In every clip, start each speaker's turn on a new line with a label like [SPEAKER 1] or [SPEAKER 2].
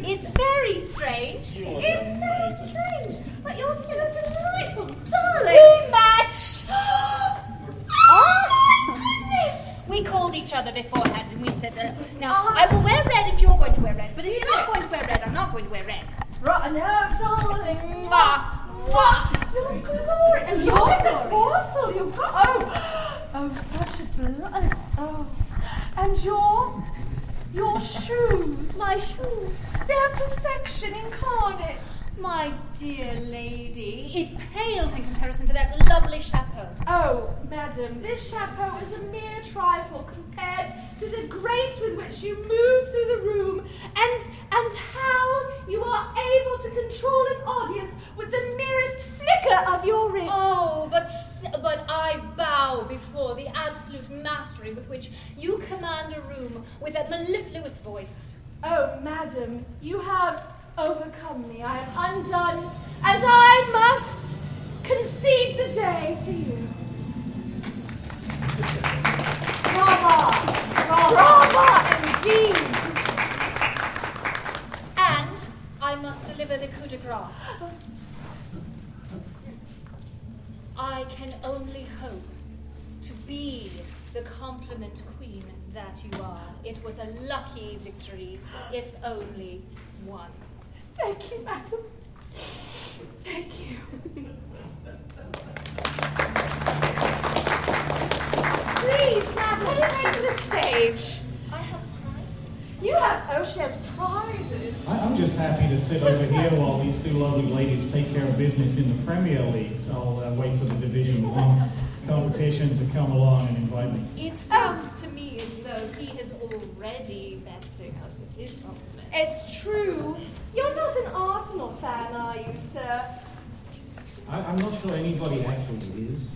[SPEAKER 1] It's very strange.
[SPEAKER 2] It is Hmm. so strange, but you're still a delightful darling.
[SPEAKER 1] Too much.
[SPEAKER 2] oh my goodness! Oh.
[SPEAKER 1] We called each other beforehand and we said, uh, now, I will wear red if you're going to wear red, but if you're not going to wear red, I'm not going to wear red.
[SPEAKER 2] Right, now, darling.
[SPEAKER 1] Mwah, mwah.
[SPEAKER 2] You're glory, Oh, and
[SPEAKER 1] You're
[SPEAKER 2] you're the
[SPEAKER 1] glorious.
[SPEAKER 2] morsel you've got. Oh, oh, such a delight. Oh, and your, your shoes.
[SPEAKER 1] My shoe.
[SPEAKER 2] They're perfection incarnate.
[SPEAKER 1] My dear lady, it pales in comparison to that lovely chapeau.
[SPEAKER 2] Oh, madam, this chapeau is a mere trifle compared to the grace with which you move through the room and and how you are able to control an audience with the merest flicker of your wrist.
[SPEAKER 1] Oh, but s- but I bow before the absolute mastery with which you command a room with that mellifluous voice.
[SPEAKER 2] Oh, madam, you have overcome me. I am undone, and I must concede the day to you. Brava! Brava, indeed!
[SPEAKER 1] And I must deliver the coup de grace. I can only hope to be the compliment queen that you are. It was a lucky victory, if only one.
[SPEAKER 2] Thank you, madam. Thank you. Please, madam, what do you make of the stage?
[SPEAKER 1] I have prizes.
[SPEAKER 2] You have oh, she has prizes.
[SPEAKER 3] I- I'm just happy to sit over here while these two lovely ladies take care of business in the Premier League. So I'll uh, wait for the Division One competition to come along and invite me.
[SPEAKER 1] It
[SPEAKER 2] Um,
[SPEAKER 1] sounds to me as though he is already vesting us with his compliment.
[SPEAKER 2] It's true. You're not an Arsenal fan, are you, sir?
[SPEAKER 3] I, I'm not sure anybody actually is.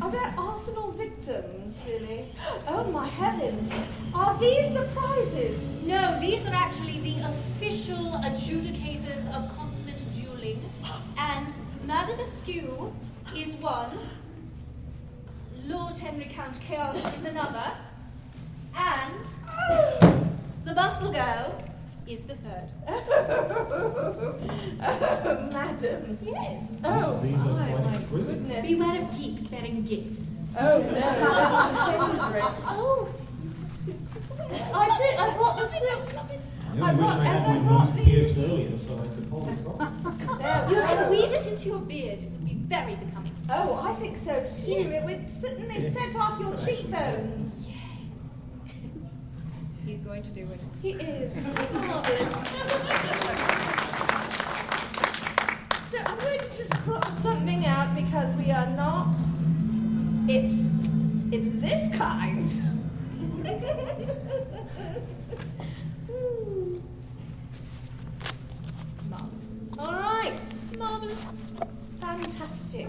[SPEAKER 2] Are there Arsenal victims, really? Oh my heavens! Are these the prizes?
[SPEAKER 1] No, these are actually the official adjudicators of compliment dueling, and Madame Askew is one, Lord Henry Count Chaos is another, and the Bustle Girl is the third.
[SPEAKER 2] Oh, madam.
[SPEAKER 1] Yes.
[SPEAKER 2] Oh,
[SPEAKER 3] these are
[SPEAKER 2] my,
[SPEAKER 3] quite
[SPEAKER 2] my
[SPEAKER 3] exquisite.
[SPEAKER 2] goodness.
[SPEAKER 1] Beware of geeks bearing gifts.
[SPEAKER 2] Oh no! Favorites. Oh, I did. I brought the six.
[SPEAKER 3] I only wish
[SPEAKER 2] brought-
[SPEAKER 3] I had
[SPEAKER 2] and I
[SPEAKER 3] my
[SPEAKER 2] brought
[SPEAKER 3] nose pierced earlier so I could hold it properly.
[SPEAKER 1] You can weave it into your beard. It would be very becoming.
[SPEAKER 2] Oh, I think so too.
[SPEAKER 1] Yes.
[SPEAKER 2] It would certainly set off your cheekbones.
[SPEAKER 1] He's going to do it.
[SPEAKER 2] He is. marvelous. so I'm going to just crop something out because we are not. It's it's this kind.
[SPEAKER 1] Marvelous.
[SPEAKER 2] All right.
[SPEAKER 1] Marvelous.
[SPEAKER 2] Fantastic.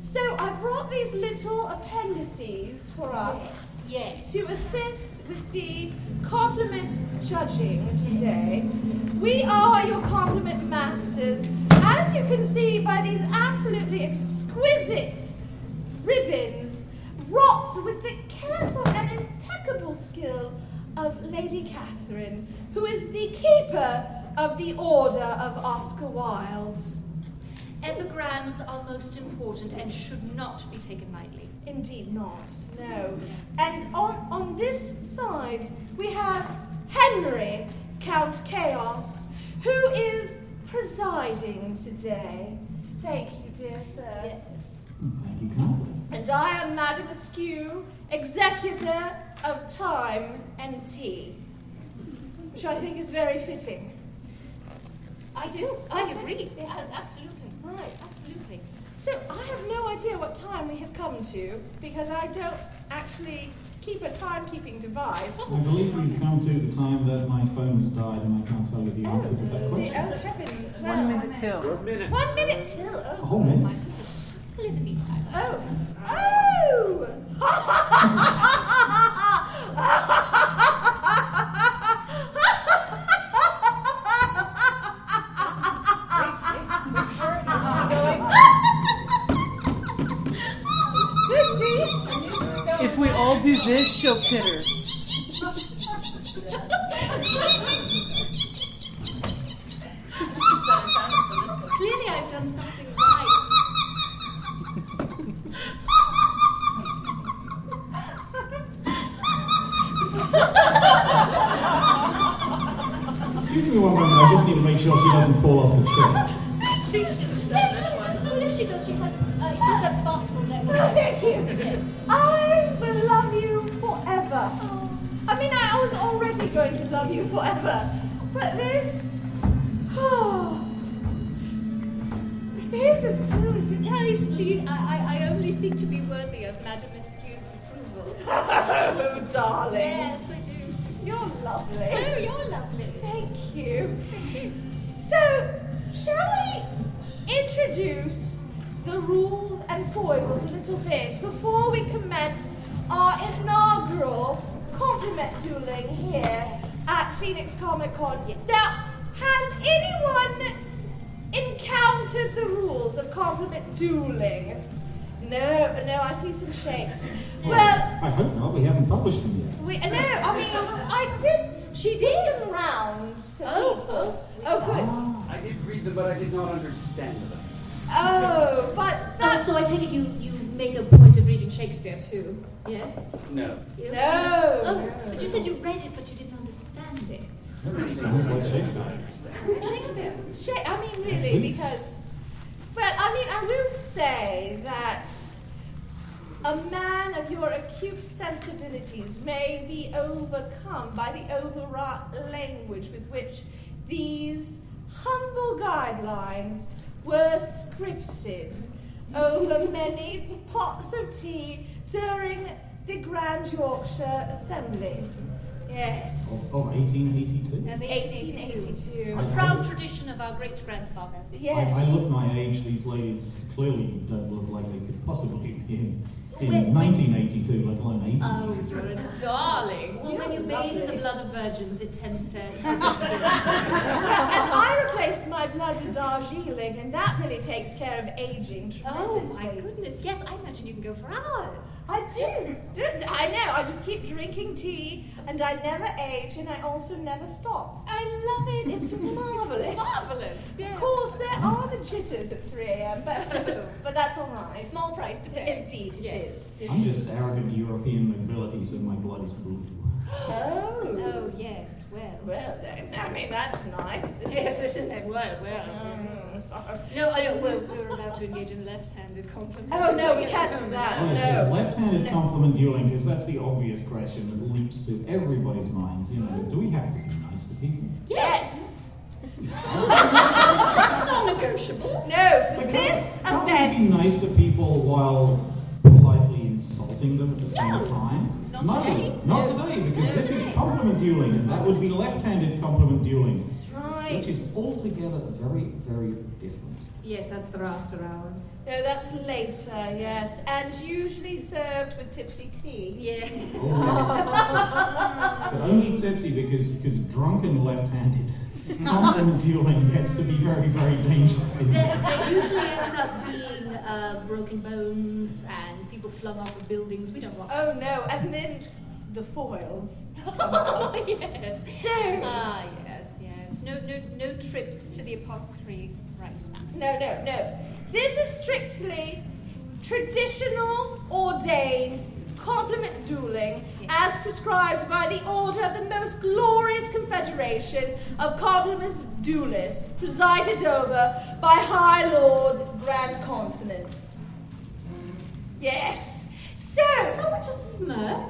[SPEAKER 2] So I brought these little appendices for us
[SPEAKER 1] Yes.
[SPEAKER 2] to assist with the compliment judging today. We are your compliment masters, as you can see by these absolutely exquisite ribbons wrought with the careful and impeccable skill of Lady Catherine, who is the keeper of the Order of Oscar Wilde.
[SPEAKER 1] Epigrams are most important and should not be taken lightly.
[SPEAKER 2] Indeed not, no. And on, on this side, we have Henry, Count Chaos, who is presiding today. Thank you, dear sir.
[SPEAKER 1] Yes.
[SPEAKER 4] Thank you kindly.
[SPEAKER 2] And I am Madame Askew, executor of Time and Tea, which I think is very fitting.
[SPEAKER 1] I do.
[SPEAKER 2] Oh,
[SPEAKER 1] I
[SPEAKER 2] thank-
[SPEAKER 1] agree.
[SPEAKER 2] yes.
[SPEAKER 1] Uh, Absolutely.
[SPEAKER 2] Right.
[SPEAKER 1] Absolutely.
[SPEAKER 2] So I have no idea what time we have come to because I don't actually keep a timekeeping device. Oh,
[SPEAKER 4] I believe we've come to the time that my phone has died and I can't tell you the
[SPEAKER 2] Oh,
[SPEAKER 4] answer to that
[SPEAKER 2] see,
[SPEAKER 4] question.
[SPEAKER 2] oh heavens!
[SPEAKER 5] One
[SPEAKER 2] well.
[SPEAKER 5] minute till.
[SPEAKER 2] One minute till.
[SPEAKER 4] A
[SPEAKER 2] Oh.
[SPEAKER 4] whole minute.
[SPEAKER 1] Well, in the meantime, I-
[SPEAKER 2] Oh.
[SPEAKER 5] Oh.
[SPEAKER 2] Oh.
[SPEAKER 6] If we all do this, she'll titter.
[SPEAKER 1] Clearly, I've done something right.
[SPEAKER 3] Excuse me one moment, I just need to make sure she doesn't fall off the chair.
[SPEAKER 1] Well, if she does, she has. Uh, she's a bustle there.
[SPEAKER 2] Thank you.
[SPEAKER 1] Yes.
[SPEAKER 2] I will love you forever. I mean, I was already going to love you forever, but this. Oh, this is brilliant.
[SPEAKER 1] I see. I, I, I only seek to be worthy of Madame Askew's approval.
[SPEAKER 2] Oh, darling.
[SPEAKER 1] Yes, I do.
[SPEAKER 2] You're
[SPEAKER 1] Oh,
[SPEAKER 2] lovely.
[SPEAKER 1] you're lovely.
[SPEAKER 2] Thank you. So, shall we introduce the rules and foibles a little bit before we commence our inaugural compliment dueling here at Phoenix Comic Con? Now, has anyone encountered the rules of compliment dueling? No, no, I see some shakes. Well,
[SPEAKER 4] I hope not, we haven't published them yet.
[SPEAKER 2] we, no, I mean, I did. She did give rounds for people. Oh, good.
[SPEAKER 7] I did read them, but I did not understand them.
[SPEAKER 2] Oh, but
[SPEAKER 1] Oh,
[SPEAKER 2] that's.
[SPEAKER 1] so I take it you, you make a point of reading Shakespeare too. Yes?
[SPEAKER 7] No.
[SPEAKER 1] You-
[SPEAKER 2] No.
[SPEAKER 1] Oh, but you said you read it, but you didn't understand it.
[SPEAKER 4] Sounds like Shakespeare.
[SPEAKER 1] Shakespeare.
[SPEAKER 2] Shit, I mean, really, because. But I mean, I will say that a man of your acute sensibilities may be overcome by the overwrought language with which these humble guidelines were scripted over many pots of tea during the Grand Yorkshire Assembly.
[SPEAKER 3] Oh,
[SPEAKER 2] Yes.
[SPEAKER 4] Of, of 1882.
[SPEAKER 1] Of 1882.
[SPEAKER 2] 1882.
[SPEAKER 1] A proud tradition of our great grandfathers.
[SPEAKER 4] I,
[SPEAKER 2] Yes.
[SPEAKER 4] I look my age, these ladies clearly don't look like they could possibly be in,
[SPEAKER 1] Wait, wait.
[SPEAKER 4] in 1982, let alone 18.
[SPEAKER 1] Oh, you're a darling. Well, when you bathe in the blood of virgins, it tends to help the skin.
[SPEAKER 2] Well, and I replaced my blood with Darjeeling, and that really takes care of aging
[SPEAKER 1] Oh,
[SPEAKER 2] tremendously.
[SPEAKER 1] my goodness. Yes, I imagine you can go for hours.
[SPEAKER 2] I do. I know. I just keep drinking tea, and I never age, and I also never stop. I love it. It's marvelous.
[SPEAKER 1] Marvelous.
[SPEAKER 2] Of
[SPEAKER 1] Yeah.
[SPEAKER 2] course, there are the jitters at 3 a.m., but, but that's all right.
[SPEAKER 1] Oh. Small price to pay.
[SPEAKER 2] Indeed, it
[SPEAKER 1] yes.
[SPEAKER 2] is.
[SPEAKER 1] Yes.
[SPEAKER 4] I'm just arrogant European nobility, so my blood is blue.
[SPEAKER 2] Oh.
[SPEAKER 1] Oh, yes, well.
[SPEAKER 2] Well, then, I mean, that's nice.
[SPEAKER 1] Yes, isn't it? Well, well.
[SPEAKER 2] Mm, sorry.
[SPEAKER 1] No, I don't. We're, we're allowed to engage in left-handed compliments.
[SPEAKER 2] Oh, no, we can't do that.
[SPEAKER 4] Oh,
[SPEAKER 2] No.
[SPEAKER 4] yes, yes, left-handed
[SPEAKER 2] No.
[SPEAKER 4] compliment dueling, because that's the obvious question that leaps to everybody's minds. You know, do we have to be nice to people?
[SPEAKER 2] Yes.
[SPEAKER 1] That's non-negotiable.
[SPEAKER 2] No, for
[SPEAKER 4] Like,
[SPEAKER 2] this
[SPEAKER 4] how- How do we
[SPEAKER 2] event.
[SPEAKER 4] be nice to people while politely insulting them at the same
[SPEAKER 1] No.
[SPEAKER 4] time?
[SPEAKER 1] Not
[SPEAKER 4] no,
[SPEAKER 1] today.
[SPEAKER 4] not
[SPEAKER 1] No.
[SPEAKER 4] today, because
[SPEAKER 1] No,
[SPEAKER 4] this
[SPEAKER 1] today.
[SPEAKER 4] is compliment dueling, and that would be left-handed compliment dueling,
[SPEAKER 2] That's right.
[SPEAKER 4] which is altogether very, very different.
[SPEAKER 1] Yes, that's for after hours.
[SPEAKER 2] No, that's later, yes. And usually served with tipsy tea.
[SPEAKER 1] Yeah.
[SPEAKER 4] but only tipsy because because drunken left-handed compliment dueling gets to be very, very dangerous. in
[SPEAKER 1] There, there usually ends up being uh, broken bones and people flung off of buildings. We don't want that.
[SPEAKER 2] Oh no, and then the foils.
[SPEAKER 1] Oh, yes.
[SPEAKER 2] So,
[SPEAKER 1] Ah, yes, yes. No, no, no trips to the apothecary right now.
[SPEAKER 2] No, no, no. This is strictly traditional ordained compliment dueling as prescribed by the order of the most glorious confederation of compliments duelists presided over by High Lord Grand Consonants. Yes. So,
[SPEAKER 1] Someone just smirk.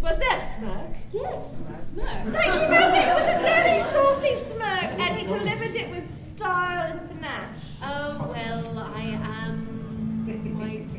[SPEAKER 2] was that a smirk?
[SPEAKER 1] Yes, it was a smirk.
[SPEAKER 2] But you know, but it was a very saucy smirk and he delivered it with style and panache.
[SPEAKER 1] Oh, well, I am quite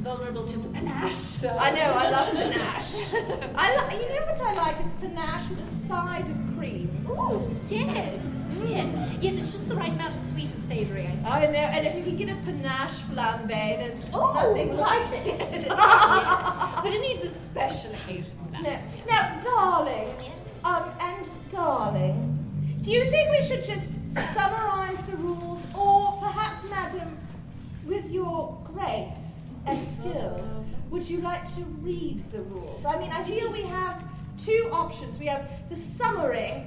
[SPEAKER 1] vulnerable to the panache, so.
[SPEAKER 2] I know, I love panache. I li- you know what I like is panache with a side of cream.
[SPEAKER 1] Ooh, yes, yes. Yes, it's just the right amount of sweet and savoury, I think.
[SPEAKER 2] I know, Oh, and if you can get a panache flambe, there's just
[SPEAKER 1] Oh,
[SPEAKER 2] nothing like it.
[SPEAKER 1] but it needs a special occasion for that.
[SPEAKER 2] No, now, darling,
[SPEAKER 1] Yes.
[SPEAKER 2] um, and darling, do you think we should just summarise the rules, or perhaps, madam, with your grace and skill, would you like to read the rules? I mean, I feel we have two options. We have the summary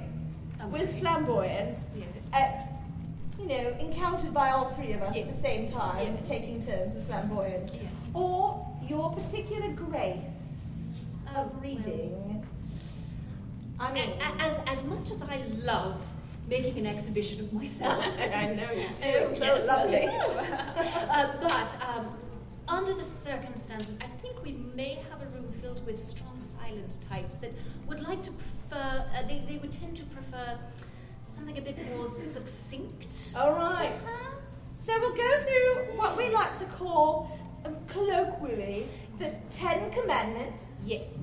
[SPEAKER 2] with flamboyance,
[SPEAKER 1] Yes.
[SPEAKER 2] uh, you know, encountered by all three of us at the
[SPEAKER 1] Yes.
[SPEAKER 2] same time,
[SPEAKER 1] Yes.
[SPEAKER 2] taking turns with flamboyance,
[SPEAKER 1] Yes.
[SPEAKER 2] or your particular grace
[SPEAKER 1] Oh,
[SPEAKER 2] of reading. I mean,
[SPEAKER 1] A- a- As, as much as I love making an exhibition of myself,
[SPEAKER 2] I know you
[SPEAKER 1] Oh,
[SPEAKER 2] do. So
[SPEAKER 1] yes,
[SPEAKER 2] lovely.
[SPEAKER 1] well, so. uh, but um, under the circumstances, I think we may have a room filled with strong silent types that would like to prefer, uh, they, they would tend to prefer something a bit more succinct.
[SPEAKER 2] All right.
[SPEAKER 1] perhaps?
[SPEAKER 2] So we'll go through what we like to call, um, colloquially, the Ten Commandments
[SPEAKER 1] Yes.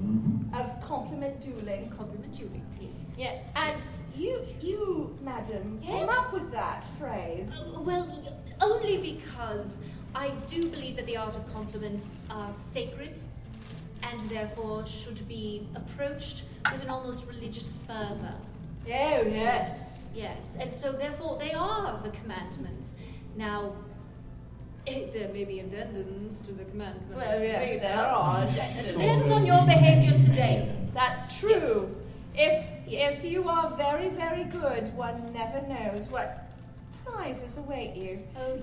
[SPEAKER 2] of compliment dueling.
[SPEAKER 1] Compliment you, please.
[SPEAKER 2] Yeah, and you, you, madam, came
[SPEAKER 1] Yes?
[SPEAKER 2] up with that phrase.
[SPEAKER 1] Well, y- only because I do believe that the art of compliments are sacred and therefore should be approached with an almost religious fervor.
[SPEAKER 2] Oh yes.
[SPEAKER 1] Yes, and so therefore they are the commandments. Now, there may be addendums to the commandments.
[SPEAKER 2] Well, Oh, yes,
[SPEAKER 1] later.
[SPEAKER 2] there are.
[SPEAKER 1] It depends on your behavior today.
[SPEAKER 2] That's true. If if you are very very good, one never knows what prizes await you.
[SPEAKER 1] Oh,
[SPEAKER 4] I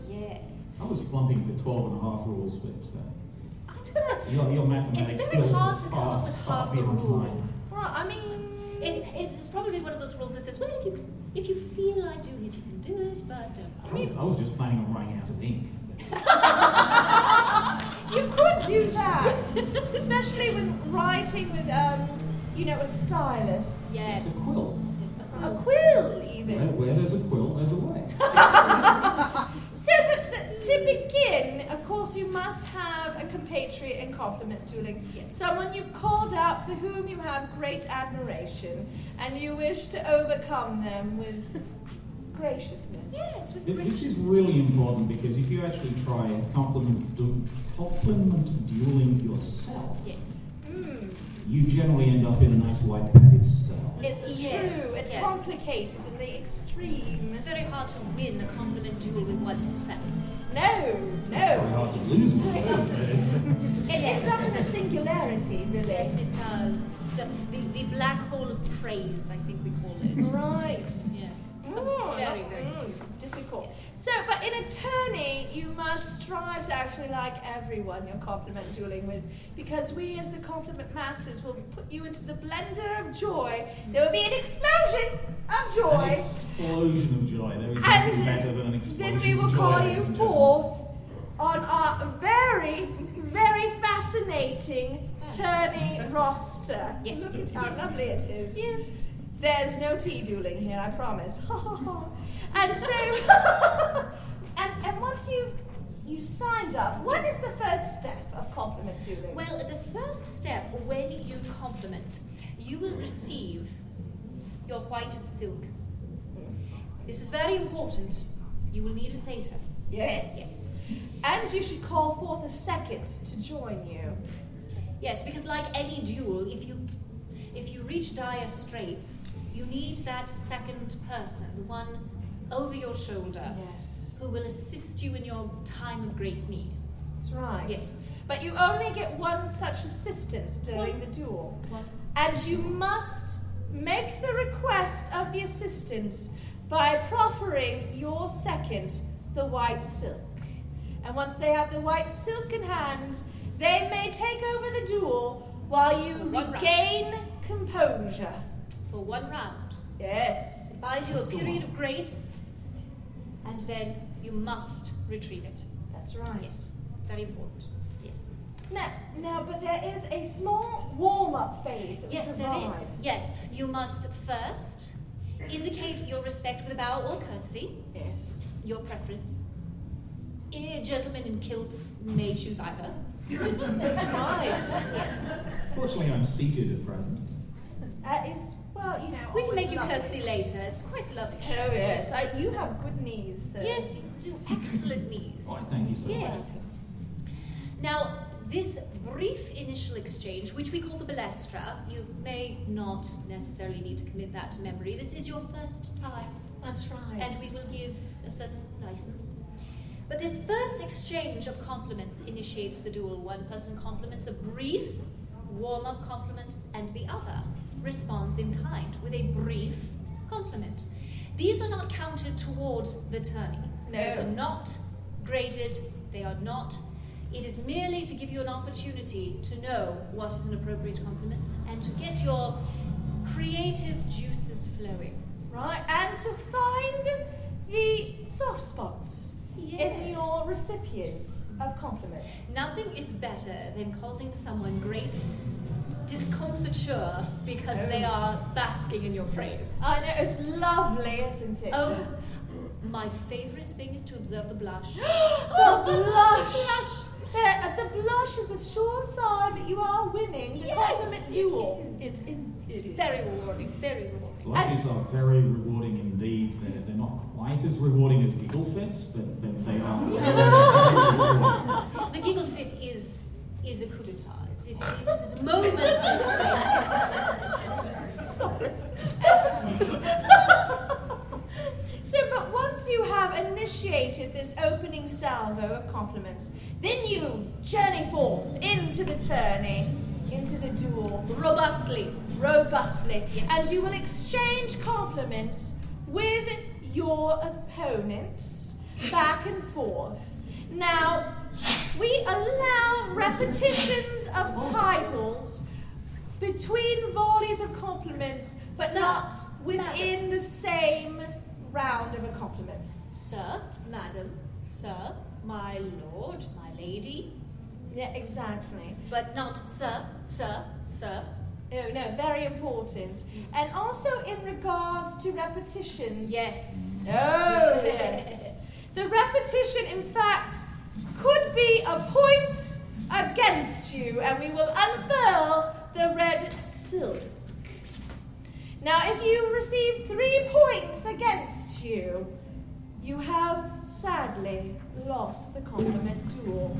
[SPEAKER 1] yes.
[SPEAKER 4] was plumping for 12 and a half rules, but uh,
[SPEAKER 1] I don't know.
[SPEAKER 4] your, your mathematics
[SPEAKER 1] It's very
[SPEAKER 4] skills
[SPEAKER 1] hard
[SPEAKER 4] are
[SPEAKER 1] to come up
[SPEAKER 4] far,
[SPEAKER 1] with
[SPEAKER 4] far
[SPEAKER 1] half a
[SPEAKER 4] beyond
[SPEAKER 1] rule.
[SPEAKER 4] mine.
[SPEAKER 2] Well, I mean,
[SPEAKER 1] It, it's just probably one of those rules that says, well, if you if you feel like doing it, you can do it, but um, don't.
[SPEAKER 4] I, mean, I was just planning on running out of ink.
[SPEAKER 2] you could do that, especially when writing with um, you know, a stylus,
[SPEAKER 1] Yes.
[SPEAKER 4] It's a quill.
[SPEAKER 2] a quill
[SPEAKER 4] Where,
[SPEAKER 2] even.
[SPEAKER 4] where there's a quill, there's a way.
[SPEAKER 2] So, but the, to begin, of course, you must have a compatriot in compliment dueling.
[SPEAKER 1] Yes.
[SPEAKER 2] Someone you've called out for whom you have great admiration, and you wish to overcome them with graciousness.
[SPEAKER 1] Yes, with
[SPEAKER 4] Th- This is
[SPEAKER 1] graciousness.
[SPEAKER 4] really important because if you actually try and compliment, du- compliment dueling yourself,
[SPEAKER 1] Yes.
[SPEAKER 2] Mm.
[SPEAKER 4] you generally end up in a nice white padded cell.
[SPEAKER 2] It's
[SPEAKER 1] Yes,
[SPEAKER 2] true. It's
[SPEAKER 1] yes.
[SPEAKER 2] complicated in the extreme.
[SPEAKER 1] It's very hard to win a compliment duel with oneself.
[SPEAKER 2] No,
[SPEAKER 4] It's very
[SPEAKER 2] no.
[SPEAKER 4] hard to lose
[SPEAKER 2] Sorry,
[SPEAKER 4] one.
[SPEAKER 2] It ends up in the singularity,
[SPEAKER 1] Yes,
[SPEAKER 2] really.
[SPEAKER 1] it does. It's the, the, the black hole of praise, I think we call it.
[SPEAKER 2] Right.
[SPEAKER 1] yes.
[SPEAKER 2] Oh,
[SPEAKER 1] It's very, very
[SPEAKER 2] mm,
[SPEAKER 1] difficult.
[SPEAKER 2] it's difficult. So, but in attorney, you must strive to actually like everyone you're compliment dueling with, because we, as the compliment masters, will put you into the blender of joy. There will be an explosion of
[SPEAKER 4] An
[SPEAKER 2] joy.
[SPEAKER 4] explosion of joy. There is
[SPEAKER 2] And
[SPEAKER 4] nothing better than an explosion
[SPEAKER 2] Then we will
[SPEAKER 4] of joy,
[SPEAKER 2] call you
[SPEAKER 4] ladies and gentlemen.
[SPEAKER 2] forth on our very, very fascinating tourney roster.
[SPEAKER 1] Yes.
[SPEAKER 2] Look at how lovely it is.
[SPEAKER 1] Yes.
[SPEAKER 2] There's no tea dueling here, I promise. and so, and, and once you've you signed up, what is the first step of compliment dueling?
[SPEAKER 1] Well, the first step when you compliment, you will receive your white silk. This is very important. You will need it later.
[SPEAKER 2] yes.
[SPEAKER 1] Yes.
[SPEAKER 2] And you should call forth a second to join you.
[SPEAKER 1] Yes, because like any duel, if you if you reach dire straits, you need that second person, the one over your shoulder,
[SPEAKER 2] Yes.
[SPEAKER 1] who will assist you in your time of great need.
[SPEAKER 2] That's right.
[SPEAKER 1] Yes.
[SPEAKER 2] But you only get one such assistance during
[SPEAKER 1] One.
[SPEAKER 2] the duel. And you must make the request of the assistants by proffering your second the white silk. And once they have the white silk in hand, they may take over the duel while you
[SPEAKER 1] One round.
[SPEAKER 2] regain composure.
[SPEAKER 1] For one round.
[SPEAKER 2] Yes.
[SPEAKER 1] It buys you a period of grace, and then you must retrieve it.
[SPEAKER 2] That's right.
[SPEAKER 1] Yes. Very important. Yes.
[SPEAKER 2] Now, now, but there is a small warm-up phase. that we
[SPEAKER 1] Yes, there
[SPEAKER 2] provide.
[SPEAKER 1] is. Yes. You must first indicate your respect with a bow or curtsy,
[SPEAKER 2] Yes.
[SPEAKER 1] your preference. Eh, Gentlemen in kilts may choose either.
[SPEAKER 2] nice.
[SPEAKER 1] Yes.
[SPEAKER 4] Fortunately, I'm seated at present.
[SPEAKER 2] That is well, you know.
[SPEAKER 1] We can
[SPEAKER 2] always
[SPEAKER 1] make you
[SPEAKER 2] lovely.
[SPEAKER 1] curtsy later. It's quite lovely.
[SPEAKER 2] Oh yes, I, you have good knees. So.
[SPEAKER 1] Yes, you do. Excellent knees.
[SPEAKER 4] Right, Oh, thank you so much.
[SPEAKER 1] Yes. Now, this brief initial exchange, which we call the balestra, you may not necessarily need to commit that to memory. This is your first time,
[SPEAKER 2] that's right.
[SPEAKER 1] and we will give a certain license. But this first exchange of compliments initiates the duel. One person compliments a brief, warm up compliment, and the other responds in kind with a brief compliment. These are not counted towards the tourney.
[SPEAKER 2] No.
[SPEAKER 1] These are not graded, they are not. It is merely to give you an opportunity to know what is an appropriate compliment and to get your creative juices flowing.
[SPEAKER 2] right, and to find the soft spots
[SPEAKER 1] Yes.
[SPEAKER 2] in your recipients of compliments.
[SPEAKER 1] Nothing is better than causing someone great discomfiture because they are basking in your praise.
[SPEAKER 2] Oh. I know it's lovely, isn't it?
[SPEAKER 1] Oh, my favorite thing is to observe the blush.
[SPEAKER 2] the blush. The, uh, the blush is a sure sign that you are winning the
[SPEAKER 1] Yes,
[SPEAKER 2] compliment
[SPEAKER 1] it
[SPEAKER 2] duel.
[SPEAKER 1] is.
[SPEAKER 2] It- it-
[SPEAKER 1] It's
[SPEAKER 2] it is.
[SPEAKER 1] very rewarding, very rewarding.
[SPEAKER 4] Blushes are very rewarding indeed. They're, they're not quite as rewarding as giggle fits, but, but they are. very, very rewarding.
[SPEAKER 1] The giggle fit is is a coup d'etat. It's, it is, it is a moment of praise.
[SPEAKER 2] So, but once you have initiated this opening salvo of compliments, then you journey forth into the tourney, into the duel,
[SPEAKER 1] robustly.
[SPEAKER 2] robustly, and you will exchange compliments with your opponents back and forth. Now, we allow repetitions of titles between volleys of compliments, but
[SPEAKER 1] Sir,
[SPEAKER 2] not within the same round of a compliment.
[SPEAKER 1] Sir, madam, sir, my lord, my lady,
[SPEAKER 2] Yeah, exactly.
[SPEAKER 1] but not sir, sir, sir. Mm.
[SPEAKER 2] Oh, no, very important. And also in regards to repetitions.
[SPEAKER 1] Yes.
[SPEAKER 2] Oh, yes. The repetition, in fact, could be a point against you, and we will unfurl the red silk. Now, if you receive three points against you, you have sadly lost the compliment duel.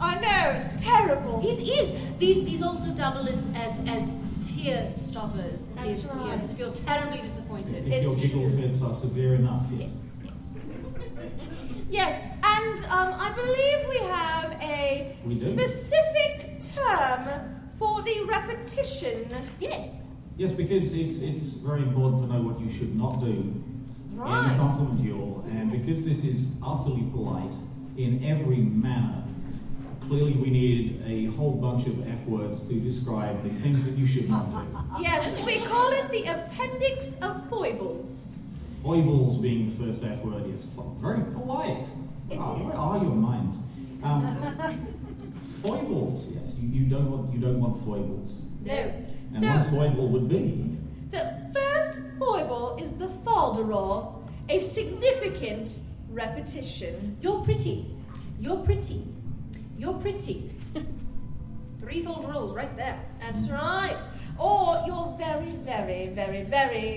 [SPEAKER 2] I know, it's terrible.
[SPEAKER 1] It is. These these also double as as, as tear stoppers.
[SPEAKER 2] That's
[SPEAKER 1] if,
[SPEAKER 2] right.
[SPEAKER 1] Yes, if you're terribly disappointed.
[SPEAKER 4] If your giggle fits are severe enough, yes.
[SPEAKER 1] Yes, yes.
[SPEAKER 2] Yes, and um, I believe we have a
[SPEAKER 4] We do.
[SPEAKER 2] specific term for the repetition.
[SPEAKER 1] Yes.
[SPEAKER 4] Yes, because it's it's very important to know what you should not do in a
[SPEAKER 2] Right.
[SPEAKER 4] compliment duel, and because this is utterly polite in every manner, clearly we needed a whole bunch of F words to describe the things that you should not do.
[SPEAKER 2] Yes, we call it the appendix of foibles.
[SPEAKER 4] Foibles being the first F word is fo- very polite.
[SPEAKER 2] It
[SPEAKER 4] Ah,
[SPEAKER 2] is.
[SPEAKER 4] Where are your minds? Um, foibles, yes, you, you don't want you don't want foibles.
[SPEAKER 2] No.
[SPEAKER 4] And
[SPEAKER 2] So
[SPEAKER 4] what foible would be
[SPEAKER 2] the first foible is the falderal, a significant repetition.
[SPEAKER 1] You're pretty. You're pretty. You're pretty. Threefold rules right there.
[SPEAKER 2] That's right. Or you're very, very, very, very, very,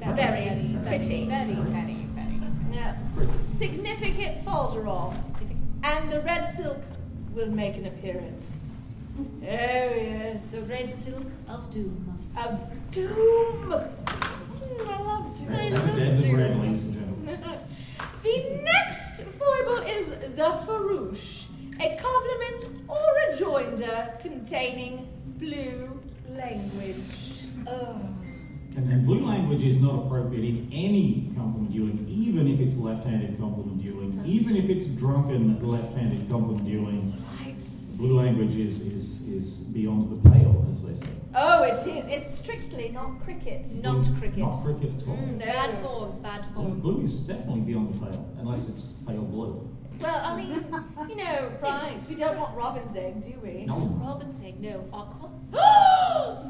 [SPEAKER 2] very pretty.
[SPEAKER 1] Very, very, very.
[SPEAKER 2] No. Significant folderol. And the red silk will make an appearance. Oh, yes.
[SPEAKER 1] The red silk of doom.
[SPEAKER 2] Of doom. Mm, I love doom. I
[SPEAKER 4] Dead
[SPEAKER 2] love
[SPEAKER 4] the bread,
[SPEAKER 2] doom.
[SPEAKER 4] ladies and gentlemen.
[SPEAKER 2] the next foible is the farouche, a compliment or rejoinder containing blue language.
[SPEAKER 4] And, and blue language is not appropriate in any complement dueling, even if it's left-handed complement dueling, even if it's drunken left-handed complement dueling. Blue language is, is, is beyond the pale, as they say.
[SPEAKER 2] Oh, it is. It's strictly not cricket.
[SPEAKER 1] Not cricket.
[SPEAKER 4] Mm, Not cricket at all.
[SPEAKER 2] Mm,
[SPEAKER 1] Bad form, bad
[SPEAKER 2] Hmm.
[SPEAKER 4] Blue-
[SPEAKER 1] form.
[SPEAKER 4] Blue is definitely beyond the pale, unless it's pale blue.
[SPEAKER 2] Well, I mean, you know, right. We don't want robin's egg, do we?
[SPEAKER 4] No.
[SPEAKER 1] Robin's egg, no. Aqua?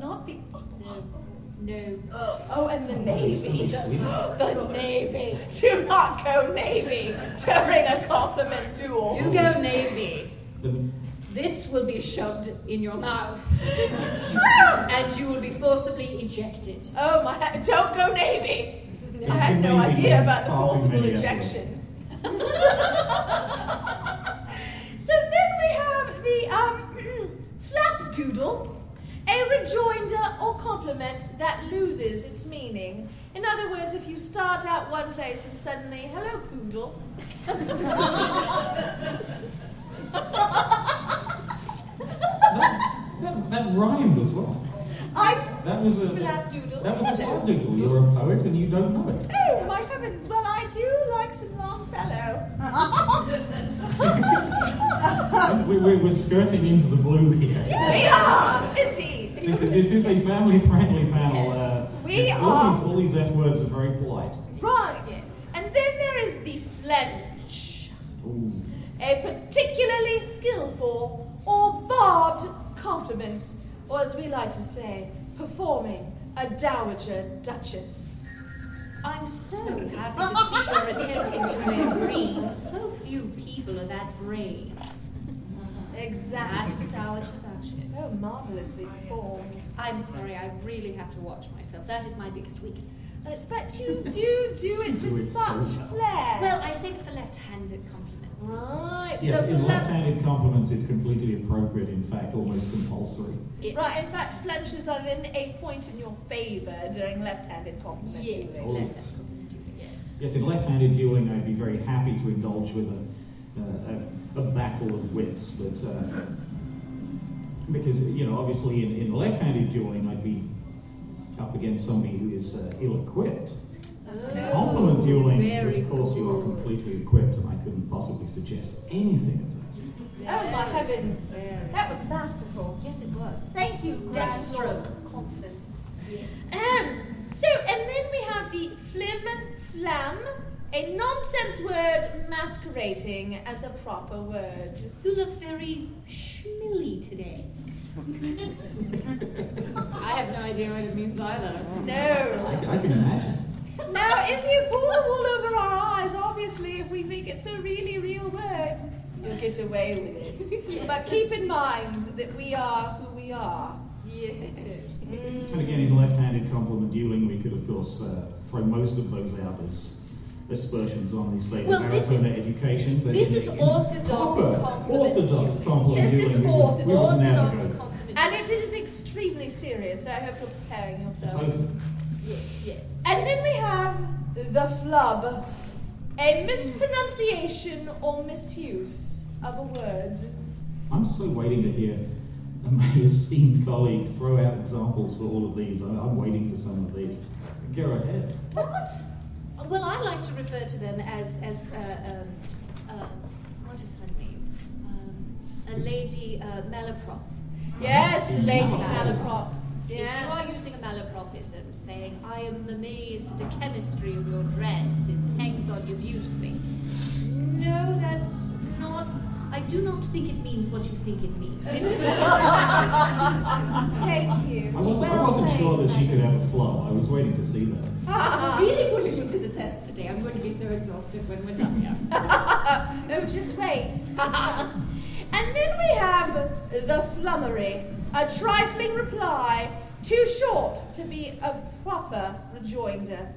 [SPEAKER 2] not the.
[SPEAKER 1] No. No.
[SPEAKER 2] Oh, and the
[SPEAKER 4] It's
[SPEAKER 2] navy.
[SPEAKER 4] really sweet.
[SPEAKER 2] The navy. Do not go navy during a compliment duel.
[SPEAKER 1] You go navy.
[SPEAKER 4] The-
[SPEAKER 1] This will be shoved in your mouth,
[SPEAKER 2] It's true.
[SPEAKER 1] and you will be forcibly ejected.
[SPEAKER 2] Oh my! Don't go navy. I
[SPEAKER 4] Yeah,
[SPEAKER 2] had
[SPEAKER 4] the
[SPEAKER 2] no
[SPEAKER 4] Navy
[SPEAKER 2] idea about the
[SPEAKER 4] far too
[SPEAKER 2] forcible
[SPEAKER 4] many
[SPEAKER 2] ejection. so then we have the um, flap doodle, a rejoinder or compliment that loses its meaning. In other words, if you start out one place and suddenly, "Hello, poodle,"
[SPEAKER 4] that, that, that rhymed as well.
[SPEAKER 2] I
[SPEAKER 4] That was a
[SPEAKER 1] Flapdoodle.
[SPEAKER 4] That was a flapdoodle. You're a poet and you don't know it.
[SPEAKER 2] oh my heavens! Well, I do like some Longfellow.
[SPEAKER 4] And we, we, we're skirting into the blue here.
[SPEAKER 2] We are indeed.
[SPEAKER 4] This, this is a family-friendly panel.
[SPEAKER 1] Yes.
[SPEAKER 4] Uh,
[SPEAKER 2] We
[SPEAKER 4] it's- all
[SPEAKER 2] are-
[SPEAKER 4] These, all these F words are very polite.
[SPEAKER 2] Right. And then there is the flench,
[SPEAKER 4] Ooh.
[SPEAKER 2] a particularly skillful or barbed compliment, or as we like to say, performing a dowager duchess.
[SPEAKER 1] I'm so happy to see you're attempting to wear green. So few people are that brave.
[SPEAKER 2] Exactly.
[SPEAKER 1] That's our Duchess.
[SPEAKER 2] Oh, marvellously performed.
[SPEAKER 1] I'm sorry, I really have to watch myself. That is my biggest weakness.
[SPEAKER 2] Uh, But, but you do do it
[SPEAKER 4] Do it
[SPEAKER 2] with
[SPEAKER 4] so
[SPEAKER 2] such
[SPEAKER 4] well.
[SPEAKER 2] flair.
[SPEAKER 1] Well, I say that for left-handed compliments.
[SPEAKER 2] right.
[SPEAKER 4] Yes,
[SPEAKER 2] so
[SPEAKER 4] in
[SPEAKER 2] flen-
[SPEAKER 4] left-handed compliments, it's completely appropriate. In fact, almost compulsory.
[SPEAKER 1] It-
[SPEAKER 2] Right, in fact, flenches are then a point in your favour during left-handed compliment.
[SPEAKER 1] Yes,
[SPEAKER 2] doing.
[SPEAKER 4] Oh.
[SPEAKER 1] left-handed compliment, yes.
[SPEAKER 4] Yes, in left-handed dueling, I'd be very happy to indulge with a, a, a battle of wits, but uh, because you know, obviously, in, in left-handed dueling, I'd be up against somebody who is uh, ill-equipped. In compliment dueling,
[SPEAKER 1] very
[SPEAKER 4] of course, you are
[SPEAKER 1] good.
[SPEAKER 4] completely equipped, and I couldn't possibly suggest anything of that.
[SPEAKER 2] Oh my heavens!
[SPEAKER 1] Very.
[SPEAKER 2] That was masterful.
[SPEAKER 1] Yes, it was.
[SPEAKER 2] Thank you,
[SPEAKER 1] Death
[SPEAKER 2] Grand
[SPEAKER 1] stroke.
[SPEAKER 2] Lord Constance.
[SPEAKER 1] Yes.
[SPEAKER 2] Um, so, and then we have the flim flam, a nonsense word masquerading as a proper word.
[SPEAKER 1] You look very schmilly today. I have no idea what it means either.
[SPEAKER 2] No.
[SPEAKER 4] I, I can imagine.
[SPEAKER 2] Now, if you pull the wool over our eyes, obviously, if we think it's a really real word, you'll get away with it. But keep in mind that we are who we are. Mm.
[SPEAKER 1] Yes.
[SPEAKER 4] And again, in left-handed compliment dueling, we could, of course, uh, throw most of those out as aspersions on the state
[SPEAKER 1] Well,
[SPEAKER 4] of
[SPEAKER 1] this
[SPEAKER 4] Arizona education. But
[SPEAKER 1] this
[SPEAKER 4] in-
[SPEAKER 1] is
[SPEAKER 4] in
[SPEAKER 1] orthodox
[SPEAKER 4] proper
[SPEAKER 1] compliment
[SPEAKER 4] orthodox
[SPEAKER 1] dueling.
[SPEAKER 4] compliment
[SPEAKER 2] This is
[SPEAKER 4] dueling, we would-
[SPEAKER 2] orthodox
[SPEAKER 4] we would never go there.
[SPEAKER 1] compliment.
[SPEAKER 2] And it is extremely serious, so I hope you're preparing yourselves.
[SPEAKER 4] Both-
[SPEAKER 1] yes, yes.
[SPEAKER 2] And then we have the flub, a mispronunciation or misuse of a word.
[SPEAKER 4] I'm still waiting to hear my esteemed colleague throw out examples for all of these. I, I'm waiting for some of these. Go ahead.
[SPEAKER 1] What? Well, I like to refer to them as as uh, um, uh, what is her name? Um, a lady uh, malaprop.
[SPEAKER 2] Yes, Lady
[SPEAKER 4] Yes.
[SPEAKER 2] Malaprop.
[SPEAKER 1] If you are
[SPEAKER 2] Yeah.
[SPEAKER 1] using a malapropism, saying I am amazed at the chemistry of your dress, it hangs on you beautifully. No, that's not. I do not think it means what you think it means.
[SPEAKER 2] Thank you.
[SPEAKER 4] I wasn't, I
[SPEAKER 2] Well
[SPEAKER 4] wasn't sure
[SPEAKER 2] played,
[SPEAKER 4] that she
[SPEAKER 2] madam.
[SPEAKER 4] could have a flow. I was waiting to see that.
[SPEAKER 1] really putting you to the test today. I'm going to be so exhausted when we're done here.
[SPEAKER 2] Oh, just wait. and then we have the flummery, a trifling reply, too short to be a proper rejoinder.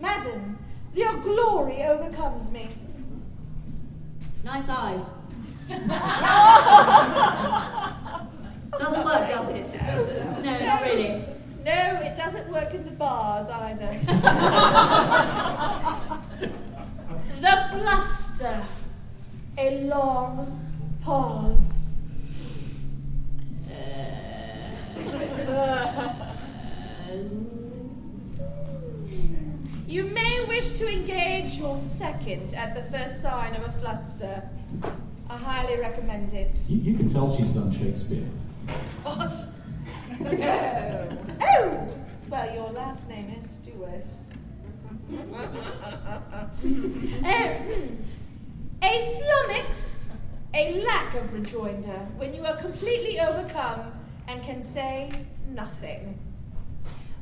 [SPEAKER 2] Madam, your glory overcomes me.
[SPEAKER 1] Nice eyes. Doesn't work, does it? No, not really.
[SPEAKER 2] No, it doesn't work in the bars either. the fluster, a long pause. to engage your second at the first sign of a fluster. I highly recommend it.
[SPEAKER 4] You, you can tell she's done Shakespeare.
[SPEAKER 2] What? no. Oh! Well, your last name is Stewart. Um, a flummox, a lack of rejoinder, when you are completely overcome and can say nothing.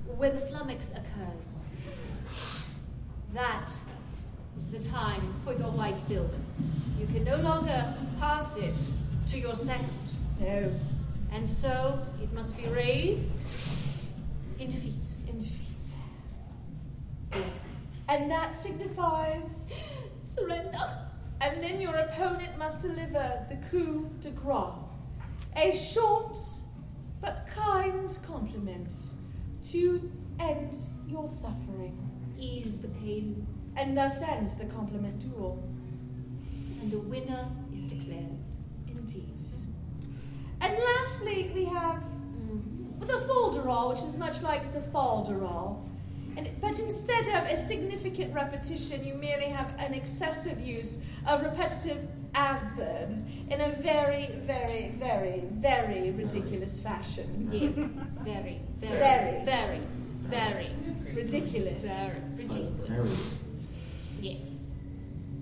[SPEAKER 1] When flummox occurs, that is the time for your white silk. You can no longer pass it to your second,
[SPEAKER 2] No.
[SPEAKER 1] and so it must be raised in defeat.
[SPEAKER 2] In defeat.
[SPEAKER 1] Yes.
[SPEAKER 2] And that signifies surrender. And then your opponent must deliver the coup de grace. A short but kind compliment to end your suffering.
[SPEAKER 1] Ease the pain,
[SPEAKER 2] And thus ends the compliment duel.
[SPEAKER 1] and the winner is declared.
[SPEAKER 2] Indeed. And lastly, we have the folderol, which is much like the falderol. And, but instead of a significant repetition, you merely have an excessive use of repetitive adverbs in a very, very, very, very ridiculous fashion.
[SPEAKER 1] Yeah. Very, very,
[SPEAKER 2] Very.
[SPEAKER 1] very, very,
[SPEAKER 2] Ridiculous.
[SPEAKER 1] very ridiculous.
[SPEAKER 4] Very.
[SPEAKER 1] Yes.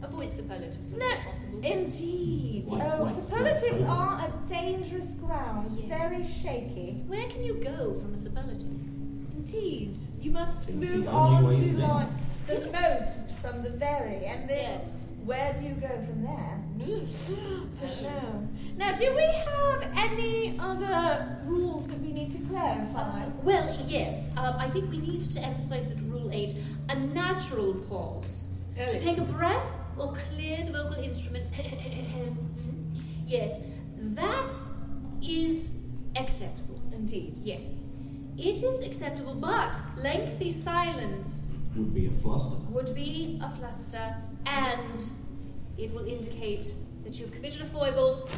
[SPEAKER 1] Avoid superlatives
[SPEAKER 2] No,
[SPEAKER 1] whenever possible.
[SPEAKER 2] indeed.
[SPEAKER 4] Like-
[SPEAKER 2] oh,
[SPEAKER 4] like-
[SPEAKER 2] superlatives
[SPEAKER 4] like-
[SPEAKER 2] are a dangerous ground,
[SPEAKER 1] Yes.
[SPEAKER 2] very shaky.
[SPEAKER 1] Where can you go from a superlative?
[SPEAKER 2] Indeed. You must
[SPEAKER 4] The
[SPEAKER 2] move
[SPEAKER 4] only
[SPEAKER 2] on
[SPEAKER 4] way
[SPEAKER 2] to
[SPEAKER 4] is
[SPEAKER 2] like
[SPEAKER 4] down.
[SPEAKER 2] the most from the very and then
[SPEAKER 1] Yes.
[SPEAKER 2] where do you go from there? Don't
[SPEAKER 1] No.
[SPEAKER 2] know. Now do we have any other rules that we need to clarify?
[SPEAKER 1] Uh, well, yes. Um, I think we need to emphasize that rule eight, a natural pause.
[SPEAKER 2] Oh,
[SPEAKER 1] to take a
[SPEAKER 2] yes.
[SPEAKER 1] breath or clear the vocal instrument. yes, that is acceptable.
[SPEAKER 2] Indeed.
[SPEAKER 1] Yes, it is acceptable, but lengthy silence
[SPEAKER 4] Would be a fluster.
[SPEAKER 1] would be a fluster and it will indicate that you've committed a foible.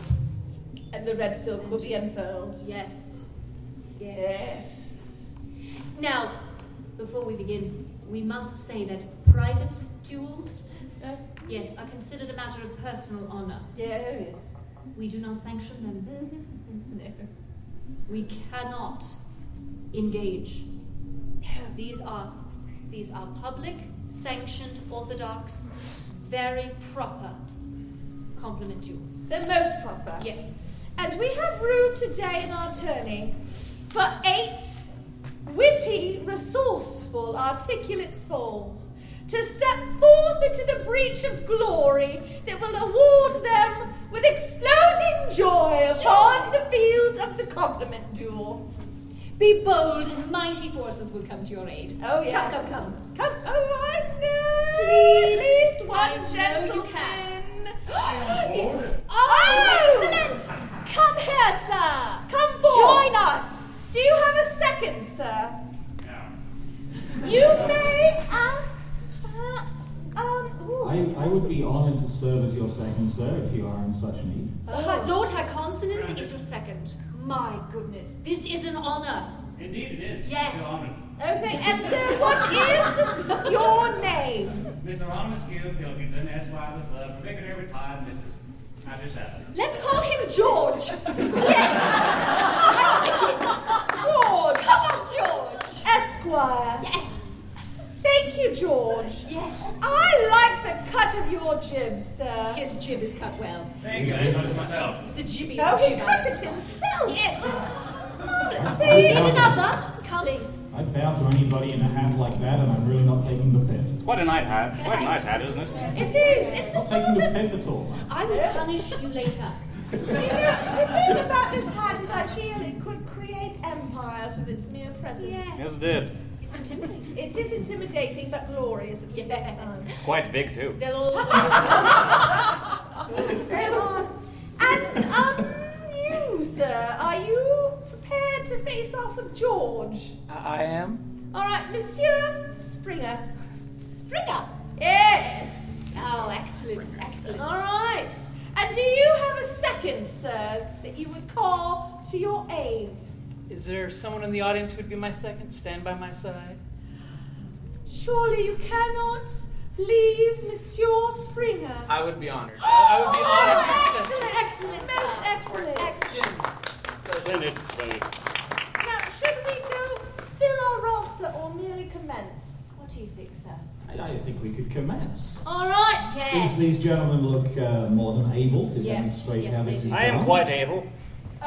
[SPEAKER 2] And the red silk will be unfurled.
[SPEAKER 1] Yes. Yes.
[SPEAKER 2] Yes.
[SPEAKER 1] Now, before we begin, we must say that private duels,
[SPEAKER 2] Uh,
[SPEAKER 1] yes, are considered a matter of personal honor.
[SPEAKER 2] yeah, oh, yes.
[SPEAKER 1] We do not sanction them.
[SPEAKER 2] No.
[SPEAKER 1] We cannot engage. These are these are public, sanctioned, orthodox, very proper compliment duels.
[SPEAKER 2] The most proper.
[SPEAKER 1] Yes.
[SPEAKER 2] And we have room today in our tourney for eight witty, resourceful, articulate souls to step forth into the breach of glory that will award them with exploding joy upon the field of the compliment duel.
[SPEAKER 1] Be bold, and mighty forces will come to your aid.
[SPEAKER 2] Oh, yes.
[SPEAKER 1] Come, come,
[SPEAKER 2] Come, oh, I know
[SPEAKER 1] Please.
[SPEAKER 2] at least
[SPEAKER 1] I know
[SPEAKER 2] one
[SPEAKER 1] you
[SPEAKER 2] gentleman.
[SPEAKER 1] come. Oh, excellent! Come here, sir.
[SPEAKER 2] Come forth.
[SPEAKER 1] Join us.
[SPEAKER 2] Do you have a second, sir? No. You may ask, perhaps. Um. ooh.
[SPEAKER 4] I, I would be honored to serve as your second, sir, if you are in such need.
[SPEAKER 1] The High- Oh, Lord High Consonance is your second. My goodness, this is an honor.
[SPEAKER 8] Indeed, it is.
[SPEAKER 1] Yes.
[SPEAKER 8] Mr. Almond.
[SPEAKER 2] Okay, and sir, what is your name?
[SPEAKER 8] Mr. Almond Q. Pilkington, Esquire with love, Vicar retired Mrs. I just have it.
[SPEAKER 1] Let's call him George.
[SPEAKER 2] George.
[SPEAKER 1] Come on, George.
[SPEAKER 2] Esquire.
[SPEAKER 1] Yes,
[SPEAKER 2] Thank you, George.
[SPEAKER 1] yes.
[SPEAKER 2] I like the cut of your jib, sir.
[SPEAKER 1] His jib is cut well.
[SPEAKER 8] Thank you, I did it myself.
[SPEAKER 1] It's the jibby.
[SPEAKER 2] Oh,
[SPEAKER 1] that
[SPEAKER 2] he
[SPEAKER 1] you
[SPEAKER 2] cut
[SPEAKER 1] like.
[SPEAKER 2] it himself.
[SPEAKER 1] Yes.
[SPEAKER 4] I
[SPEAKER 1] Need
[SPEAKER 4] bow-
[SPEAKER 1] another? Collies.
[SPEAKER 4] I bow to anybody in a hat like that, and I'm really not taking the piss.
[SPEAKER 8] Quite a nice hat. Quite a nice hat, isn't it?
[SPEAKER 2] It is. It's the
[SPEAKER 4] Not
[SPEAKER 2] sort
[SPEAKER 4] taking
[SPEAKER 2] of
[SPEAKER 4] the piss at all.
[SPEAKER 1] I will punish you later.
[SPEAKER 2] You know, the thing about this hat is I feel it could create empires with its mere presence.
[SPEAKER 1] Yes.
[SPEAKER 8] Yes, it did.
[SPEAKER 1] It's intimidating.
[SPEAKER 2] It is intimidating but glorious at the
[SPEAKER 1] Yes.
[SPEAKER 2] same time.
[SPEAKER 8] It's quite big, too.
[SPEAKER 1] They'll all.
[SPEAKER 2] Um, and um, you, sir, are you prepared to face off with George?
[SPEAKER 7] I am.
[SPEAKER 2] All right, Monsieur Springer.
[SPEAKER 1] Spring up.
[SPEAKER 2] Yes.
[SPEAKER 1] Oh, excellent, excellent.
[SPEAKER 2] All right. And do you have a second, sir, that you would call to your aid?
[SPEAKER 6] Is there someone in the audience who'd be my second? Stand by my side.
[SPEAKER 2] Surely you cannot leave Monsieur Springer?
[SPEAKER 9] I would be honored. I would be honored.
[SPEAKER 2] excellent, excellent, most excellent.
[SPEAKER 9] Splendid, splendid.
[SPEAKER 2] Now, should we go fill our roster or merely commence? What do you think, sir?
[SPEAKER 10] I, I think we could commence.
[SPEAKER 2] All right.
[SPEAKER 10] These, these gentlemen look uh, more than able to
[SPEAKER 2] Yes,
[SPEAKER 10] demonstrate
[SPEAKER 2] yes,
[SPEAKER 10] how
[SPEAKER 2] they
[SPEAKER 10] this
[SPEAKER 2] do.
[SPEAKER 10] is
[SPEAKER 2] I
[SPEAKER 10] done.
[SPEAKER 2] am
[SPEAKER 9] quite able.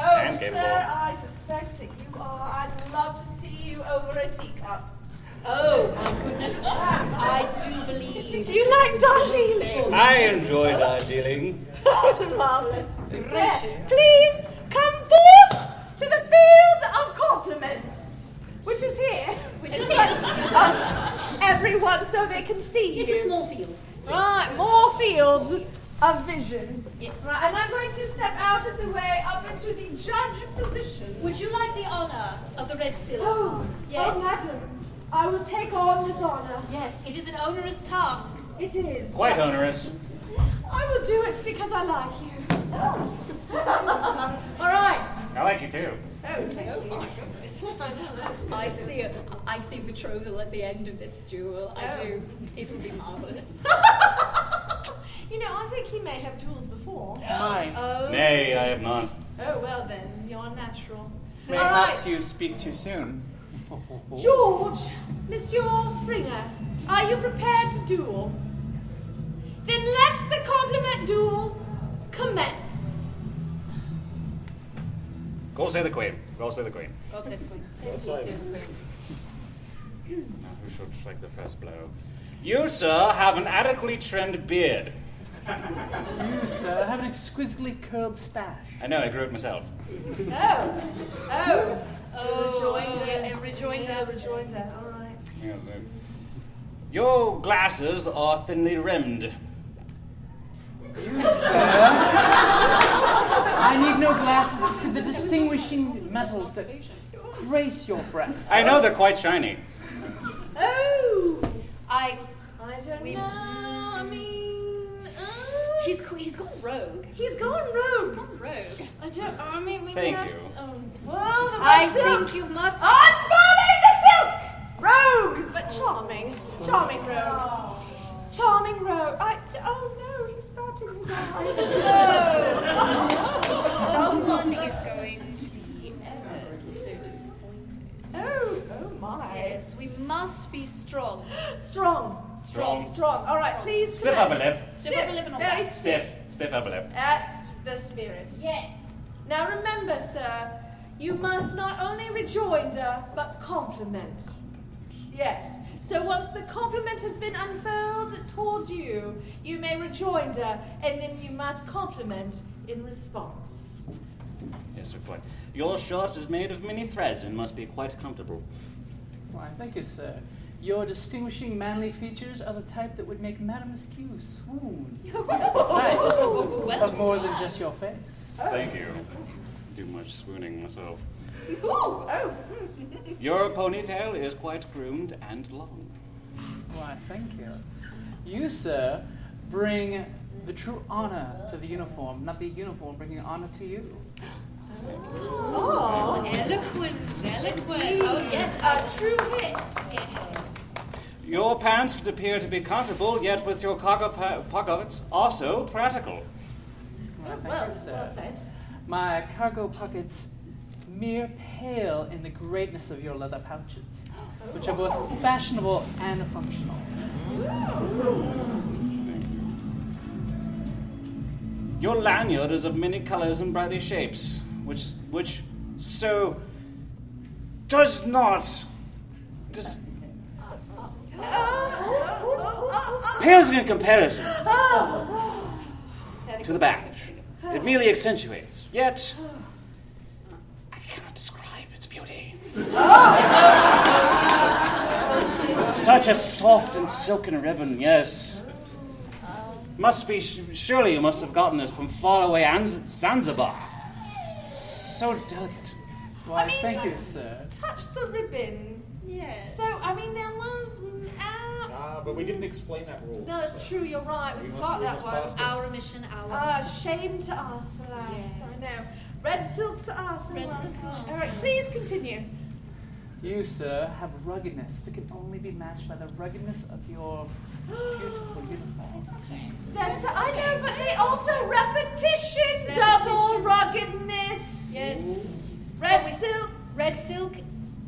[SPEAKER 2] Oh,
[SPEAKER 10] And capable.
[SPEAKER 2] sir, I suspect that you are. I'd love to see you over a teacup. Ah,
[SPEAKER 11] Oh, my goodness. I do believe.
[SPEAKER 2] Do you like Darjeeling?
[SPEAKER 9] I enjoy Darjeeling.
[SPEAKER 2] Oh, marvellous. Gracious. Please come forth to the field of compliments, which is here. Which
[SPEAKER 11] is
[SPEAKER 2] here.
[SPEAKER 11] here.
[SPEAKER 2] everyone so they can see
[SPEAKER 11] It's
[SPEAKER 2] you.
[SPEAKER 11] a small field.
[SPEAKER 2] Right, more fields of vision.
[SPEAKER 11] Yes.
[SPEAKER 2] Right, and I'm going to step out of the way up into the judge position.
[SPEAKER 11] Would you like the honor of the Red Seal?
[SPEAKER 2] Oh,
[SPEAKER 11] yes.
[SPEAKER 2] oh, madam, I will take on this honor.
[SPEAKER 11] Yes, it is an onerous task.
[SPEAKER 2] It is.
[SPEAKER 9] Quite onerous.
[SPEAKER 2] I will do it because I like you. All right.
[SPEAKER 9] I like you too.
[SPEAKER 1] Oh, thank you. I see. A, I see betrothal at the end of this duel. I
[SPEAKER 2] Oh.
[SPEAKER 1] do. It will be marvelous.
[SPEAKER 2] You know, I think he may have dueled before.
[SPEAKER 1] Aye.
[SPEAKER 2] Oh.
[SPEAKER 9] Nay, I have not.
[SPEAKER 2] Oh, well then, you're natural.
[SPEAKER 9] Perhaps
[SPEAKER 2] All right.
[SPEAKER 9] you speak too soon.
[SPEAKER 2] George, Monsieur Springer, are you prepared to duel? Then let the compliment duel commence.
[SPEAKER 4] Go say the queen. Go say the queen.
[SPEAKER 1] God save the Queen.
[SPEAKER 4] That's
[SPEAKER 1] God
[SPEAKER 4] fine.
[SPEAKER 1] save the Queen.
[SPEAKER 4] Now, who should strike the first blow? You, sir, have an adequately trimmed beard.
[SPEAKER 8] You, sir, have an exquisitely curled stash.
[SPEAKER 4] I know, I grew it myself.
[SPEAKER 2] Oh, oh,
[SPEAKER 1] Oh, a
[SPEAKER 2] rejoinder,
[SPEAKER 1] rejoinder.
[SPEAKER 2] Yeah, rejoinder. All right.
[SPEAKER 4] Yes, ma'am. Your glasses are thinly rimmed.
[SPEAKER 8] I need no glasses. It's the distinguishing metals that grace your breast.
[SPEAKER 4] I know they're quite shiny.
[SPEAKER 2] Oh,
[SPEAKER 1] I.
[SPEAKER 2] I don't
[SPEAKER 1] We-
[SPEAKER 2] know. I mean, uh,
[SPEAKER 1] He's co- he's gone rogue.
[SPEAKER 2] he's gone rogue.
[SPEAKER 1] Gone rogue.
[SPEAKER 2] I don't. I mean, we
[SPEAKER 4] Thank
[SPEAKER 2] have
[SPEAKER 4] you.
[SPEAKER 2] To, oh, well, the
[SPEAKER 1] I
[SPEAKER 2] red silk.
[SPEAKER 1] think you must.
[SPEAKER 2] Unfollow the silk. Rogue, but charming, charming rogue, charming rogue. I. Oh no, he's batting his eyes.
[SPEAKER 1] Someone is going to be in error. So disappointed.
[SPEAKER 2] oh, oh my.
[SPEAKER 1] Yes, we must be strong.
[SPEAKER 2] Strong,
[SPEAKER 4] Strong.
[SPEAKER 2] strong. All right, please.
[SPEAKER 4] Stiff
[SPEAKER 2] commence.
[SPEAKER 4] upper lip.
[SPEAKER 1] Stiff upper lip and all
[SPEAKER 2] Very
[SPEAKER 1] that.
[SPEAKER 4] Stiff. Stiff upper lip.
[SPEAKER 2] That's the spirit.
[SPEAKER 11] Yes.
[SPEAKER 2] Now remember, sir, you must not only rejoinder, but compliment. Yes. So once the compliment has been unfurled towards you, you may rejoinder, and then you must compliment in response.
[SPEAKER 4] Yes, sir, quite. Your shirt is made of many threads and must be quite comfortable.
[SPEAKER 8] Why, thank you, sir. Your distinguishing manly features are the type that would make Madame Askew swoon at the sight
[SPEAKER 1] Well
[SPEAKER 8] of more than
[SPEAKER 1] done.
[SPEAKER 8] just your
[SPEAKER 9] Oh.
[SPEAKER 8] face.
[SPEAKER 4] Thank you. Do much swooning myself.
[SPEAKER 2] Oh,
[SPEAKER 4] Your ponytail is quite groomed and long.
[SPEAKER 8] Why, thank you. You, sir, bring the true honor to the uniform, not the uniform bringing honor to you.
[SPEAKER 2] oh.
[SPEAKER 1] Eloquent, eloquent. Oh yes,
[SPEAKER 2] a true hit.
[SPEAKER 1] yes.
[SPEAKER 4] Your pants would appear to be comfortable, yet with your cargo pa- pockets also practical.
[SPEAKER 8] Why, Oh, thank
[SPEAKER 2] Well,
[SPEAKER 8] you, sir.
[SPEAKER 2] well said.
[SPEAKER 8] My cargo pockets mere pale in the greatness of your leather pouches, which are
[SPEAKER 2] Oh.
[SPEAKER 8] both fashionable and functional.
[SPEAKER 4] Your lanyard is of many colors and brightly shapes, which which so does not dis- pales in comparison to the badge. It merely accentuates, yet I cannot describe its beauty.
[SPEAKER 2] Oh!
[SPEAKER 4] Such a soft and silken ribbon, yes. Must be, surely you must have gotten this from farawaway Anz- Zanzibar. So delicate.
[SPEAKER 8] Why,
[SPEAKER 2] mean,
[SPEAKER 8] thank
[SPEAKER 2] like-
[SPEAKER 8] you, sir.
[SPEAKER 2] Touch the ribbon.
[SPEAKER 1] Yes.
[SPEAKER 2] So, I mean, there was. mm, ah,
[SPEAKER 10] Ah, but we didn't explain that rule.
[SPEAKER 2] no, it's true, you're right.
[SPEAKER 10] We
[SPEAKER 2] We,
[SPEAKER 10] must-
[SPEAKER 2] forgot
[SPEAKER 10] we
[SPEAKER 2] that
[SPEAKER 10] must
[SPEAKER 2] one.
[SPEAKER 10] pass that.
[SPEAKER 1] our mission, our.
[SPEAKER 2] Ah, shame to us, alas.
[SPEAKER 1] Yes.
[SPEAKER 2] I know. Red silk to us.
[SPEAKER 1] Red silk to us.
[SPEAKER 2] All right, please continue.
[SPEAKER 8] You, sir, have ruggedness that can only be matched by the ruggedness of your beautiful uniform.
[SPEAKER 2] That's I know, but they also repetition,
[SPEAKER 1] Repetition.
[SPEAKER 2] double ruggedness.
[SPEAKER 1] Yes.
[SPEAKER 2] Red
[SPEAKER 1] So we-
[SPEAKER 2] silk.
[SPEAKER 1] Red silk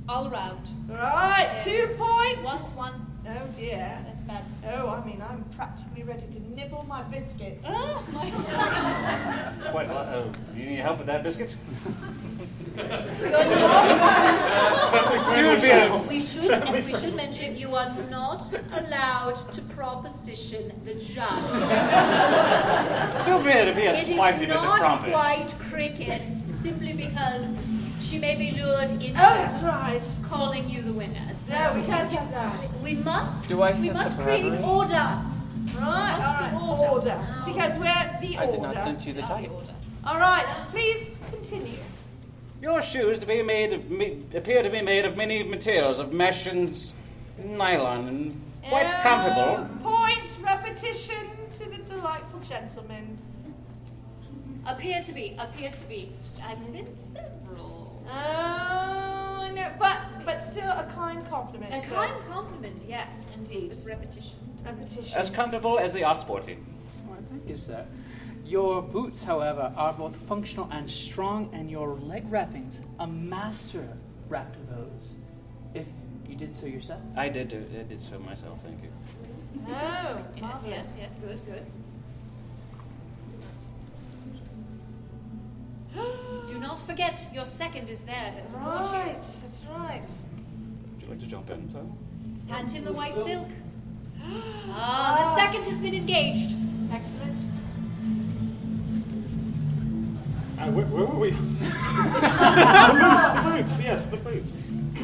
[SPEAKER 1] all round.
[SPEAKER 2] Right,
[SPEAKER 1] Yes.
[SPEAKER 2] two points.
[SPEAKER 1] One, one.
[SPEAKER 2] Oh dear.
[SPEAKER 1] That's bad.
[SPEAKER 2] Oh, I mean, I'm practically ready to nibble my biscuits.
[SPEAKER 1] Oh my god.
[SPEAKER 12] Quite a lot. Oh, you need help with that biscuit?
[SPEAKER 1] we,
[SPEAKER 12] Dude,
[SPEAKER 1] should, we should and we should mention you are not allowed to proposition the judge.
[SPEAKER 4] Don't be to be a
[SPEAKER 1] It is
[SPEAKER 4] spicy bit of
[SPEAKER 1] not
[SPEAKER 4] crumpet.
[SPEAKER 1] quite cricket simply because she may be lured into
[SPEAKER 2] Oh, that's right.
[SPEAKER 1] calling you the winner. So
[SPEAKER 2] No, we can't have that.
[SPEAKER 1] We must.
[SPEAKER 2] Do I
[SPEAKER 1] we
[SPEAKER 2] sense a
[SPEAKER 1] must create
[SPEAKER 2] bribery?
[SPEAKER 1] order.
[SPEAKER 2] Right,
[SPEAKER 1] Must be
[SPEAKER 2] all right, order. Because we're the
[SPEAKER 4] I
[SPEAKER 2] order.
[SPEAKER 4] did not send you the
[SPEAKER 2] We are
[SPEAKER 4] title.
[SPEAKER 2] order. All right, please continue.
[SPEAKER 4] Your shoes to be made of, me, appear to be made of many materials of mesh and s- nylon, and quite
[SPEAKER 2] Oh,
[SPEAKER 4] comfortable.
[SPEAKER 2] Point repetition to the delightful gentleman.
[SPEAKER 1] Appear to be. Appear to be. I've been several.
[SPEAKER 2] Oh, I know, but but still a kind compliment.
[SPEAKER 1] A
[SPEAKER 2] sir.
[SPEAKER 1] kind compliment, yes.
[SPEAKER 2] Indeed.
[SPEAKER 1] With repetition.
[SPEAKER 2] Repetition.
[SPEAKER 4] As comfortable as they are sporty.
[SPEAKER 8] Thank you, sir. Your boots, however, are both functional and strong, and your leg wrappings, a master wrapped those. If you did so yourself.
[SPEAKER 4] I did do, I did so myself, thank you.
[SPEAKER 2] Oh,
[SPEAKER 1] Yes, yes, yes. Good, good. Do not forget, your second is there to support
[SPEAKER 2] Right, that's right.
[SPEAKER 4] Would you like to jump in, sir?
[SPEAKER 1] you. And in the white silk. Ah, the second has been engaged.
[SPEAKER 2] Excellent.
[SPEAKER 13] Uh, where, where were we? the boots, the boots, yes, the boots.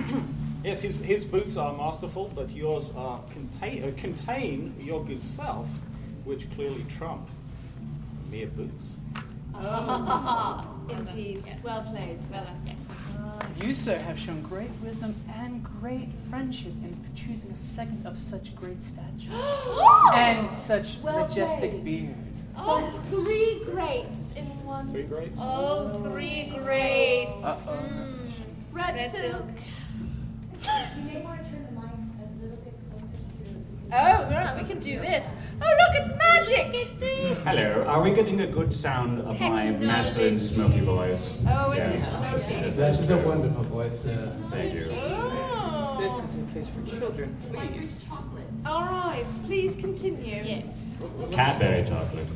[SPEAKER 13] yes, his, his boots are masterful, but yours are contain, uh, contain your good self, which clearly trump mere boots.
[SPEAKER 2] Oh. Indeed. Well played.
[SPEAKER 1] Well
[SPEAKER 2] Uh,
[SPEAKER 1] done, yes.
[SPEAKER 8] You, sir, have shown great wisdom and great friendship in choosing a second of such great stature
[SPEAKER 1] Oh!
[SPEAKER 8] and such
[SPEAKER 2] Well
[SPEAKER 8] majestic
[SPEAKER 2] played.
[SPEAKER 8] beard.
[SPEAKER 2] Oh, three greats in one.
[SPEAKER 13] Three grades?
[SPEAKER 1] Oh, three grades.
[SPEAKER 8] Uh-oh.
[SPEAKER 1] Mm.
[SPEAKER 2] Red,
[SPEAKER 1] Red
[SPEAKER 2] silk.
[SPEAKER 1] silk.
[SPEAKER 14] You
[SPEAKER 1] Hmm.
[SPEAKER 14] may want to turn the mics a little bit closer to you.
[SPEAKER 2] Oh, right, we can do this. Oh, look, it's magic. Get this.
[SPEAKER 12] Hello, are we getting a good sound of my masculine smoky voice?
[SPEAKER 2] Oh, it is
[SPEAKER 12] Yes.
[SPEAKER 2] smoky.
[SPEAKER 12] Yes,
[SPEAKER 9] That's just a wonderful voice. Uh,
[SPEAKER 12] Thank you.
[SPEAKER 2] Oh.
[SPEAKER 9] this is a place for children, please.
[SPEAKER 2] All right, please continue.
[SPEAKER 1] Yes.
[SPEAKER 12] Cadbury chocolate.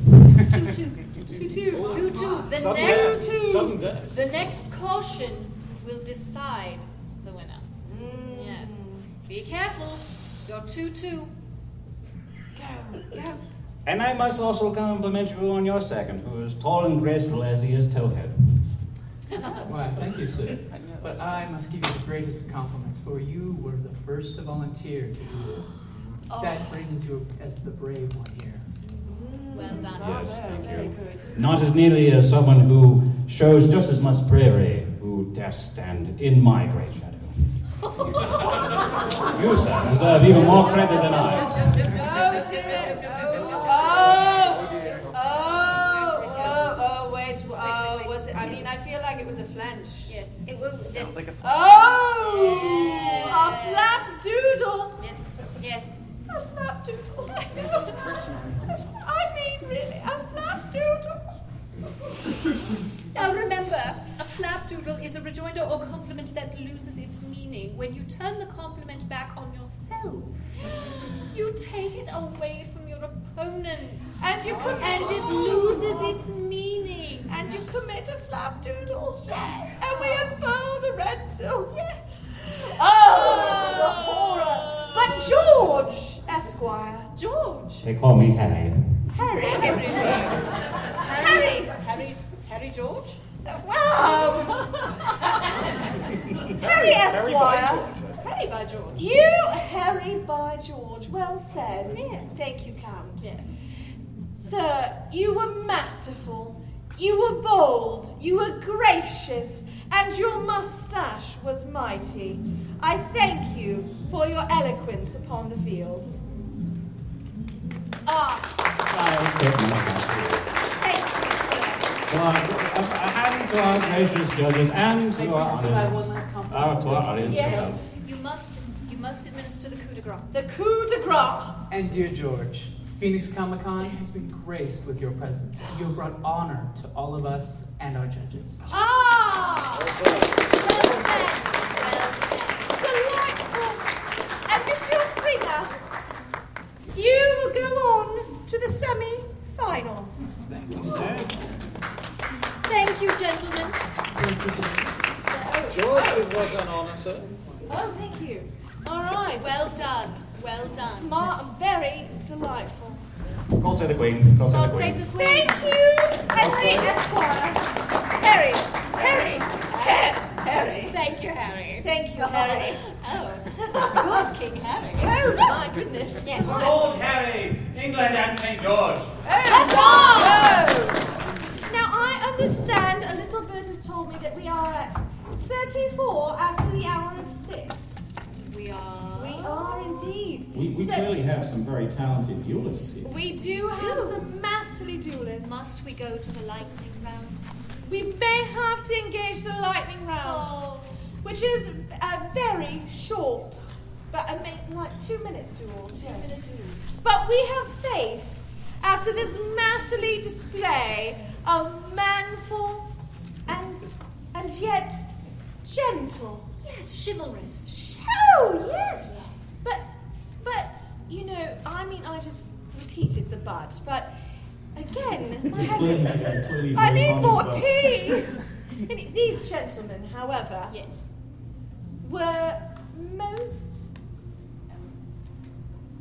[SPEAKER 2] Two, two, two, two.
[SPEAKER 1] Two, two. The
[SPEAKER 13] Sudden
[SPEAKER 1] next,
[SPEAKER 13] death. Sudden death.
[SPEAKER 1] the next caution will decide the winner.
[SPEAKER 13] Hmm.
[SPEAKER 1] Yes. Be careful. Your two, two.
[SPEAKER 4] And I must also compliment you on your second, who is tall and graceful as he is towhead.
[SPEAKER 9] Why, thank you, sir. But I must give you the greatest of compliments, for you were the first to volunteer to do it. That brings you as the brave one here.
[SPEAKER 1] Well done.
[SPEAKER 12] Yes, thank
[SPEAKER 2] Very
[SPEAKER 12] you.
[SPEAKER 2] good.
[SPEAKER 4] Not as nearly as someone who shows just as much bravery, who dare stand in my great shadow. you, sir, deserve even more credit than I.
[SPEAKER 2] Oh, serious. Oh, oh, oh, oh, wait. Oh, was it? I mean, I feel like it was a flange.
[SPEAKER 1] Yes. It will. This.
[SPEAKER 2] Oh, a flap doodle.
[SPEAKER 1] Yes. Yes.
[SPEAKER 2] A flap doodle. I mean, really, a flap doodle.
[SPEAKER 1] Now remember, a flapdoodle is a rejoinder or compliment that loses its meaning when you turn the compliment back on yourself. You take it away from your opponent,
[SPEAKER 2] And you commit.
[SPEAKER 1] and it loses its meaning.
[SPEAKER 2] And you commit a flap doodle.
[SPEAKER 1] Yes.
[SPEAKER 2] And we unfurl the red silk.
[SPEAKER 1] Yes.
[SPEAKER 2] Oh, the horror. But George, Esquire. George.
[SPEAKER 4] They call me Harry.
[SPEAKER 2] Harry.
[SPEAKER 1] Harry.
[SPEAKER 2] Harry.
[SPEAKER 1] Harry. Harry George.
[SPEAKER 2] Wow! Harry Esquire,
[SPEAKER 1] Harry by George.
[SPEAKER 2] you Harry by George, well said.
[SPEAKER 1] Yeah.
[SPEAKER 2] Thank you, Count.
[SPEAKER 1] Yes.
[SPEAKER 2] Sir, you were masterful, you were bold, you were gracious, and your moustache was mighty. I thank you for your eloquence upon the field. Ah,
[SPEAKER 4] Thank you.
[SPEAKER 2] thank you, sir.
[SPEAKER 4] And to our gracious judges and to our audience. Our, to our audience.
[SPEAKER 1] Yes. You must, you must administer the coup de grace.
[SPEAKER 2] The coup de grace.
[SPEAKER 9] And dear George, Phoenix Comic Con has been graced with your presence. You have brought honor to all of us and our judges.
[SPEAKER 2] Ah! Delightful. And Monsieur Springer, you will go on to the semi-finals.
[SPEAKER 9] Thank you, sir.
[SPEAKER 1] Thank you, gentlemen.
[SPEAKER 15] George, it was an honor, sir.
[SPEAKER 2] Oh, thank you. All right.
[SPEAKER 1] Well done. Well done.
[SPEAKER 2] Ma- very delightful.
[SPEAKER 4] God save the Queen. God
[SPEAKER 1] God
[SPEAKER 4] save the
[SPEAKER 1] save
[SPEAKER 4] Queen.
[SPEAKER 1] the queen.
[SPEAKER 2] Thank you, Henry Esquire. Harry, Harry, Ha- Harry.
[SPEAKER 1] Thank you, Harry.
[SPEAKER 2] Thank you, Harry.
[SPEAKER 1] Oh, good King Harry.
[SPEAKER 2] Oh my goodness.
[SPEAKER 1] Yes.
[SPEAKER 16] Lord Harry, England and St. George.
[SPEAKER 2] That's all. Oh. Now I understand, a little bird has told me that we are at 34 after the hour of six.
[SPEAKER 1] We are.
[SPEAKER 2] We are indeed.
[SPEAKER 4] We, we
[SPEAKER 2] So-
[SPEAKER 4] clearly have some very talented duelists here.
[SPEAKER 2] We do have some masterly duelists.
[SPEAKER 1] Must we go to the lightning round?
[SPEAKER 2] We may have to engage the lightning rounds,
[SPEAKER 1] Oh.
[SPEAKER 2] which is uh, very short, but I mean, like two minute duels. yes. But we have faith after this masterly display of manful and and yet gentle.
[SPEAKER 1] Yes, chivalrous.
[SPEAKER 2] Oh yes, but but you know, I mean, I just repeated the but, but again, my heavens.
[SPEAKER 4] Clearly
[SPEAKER 2] I
[SPEAKER 4] very
[SPEAKER 2] need
[SPEAKER 4] honoured,
[SPEAKER 2] more
[SPEAKER 4] but-
[SPEAKER 2] tea. And These gentlemen, however,
[SPEAKER 1] Yes.
[SPEAKER 2] were most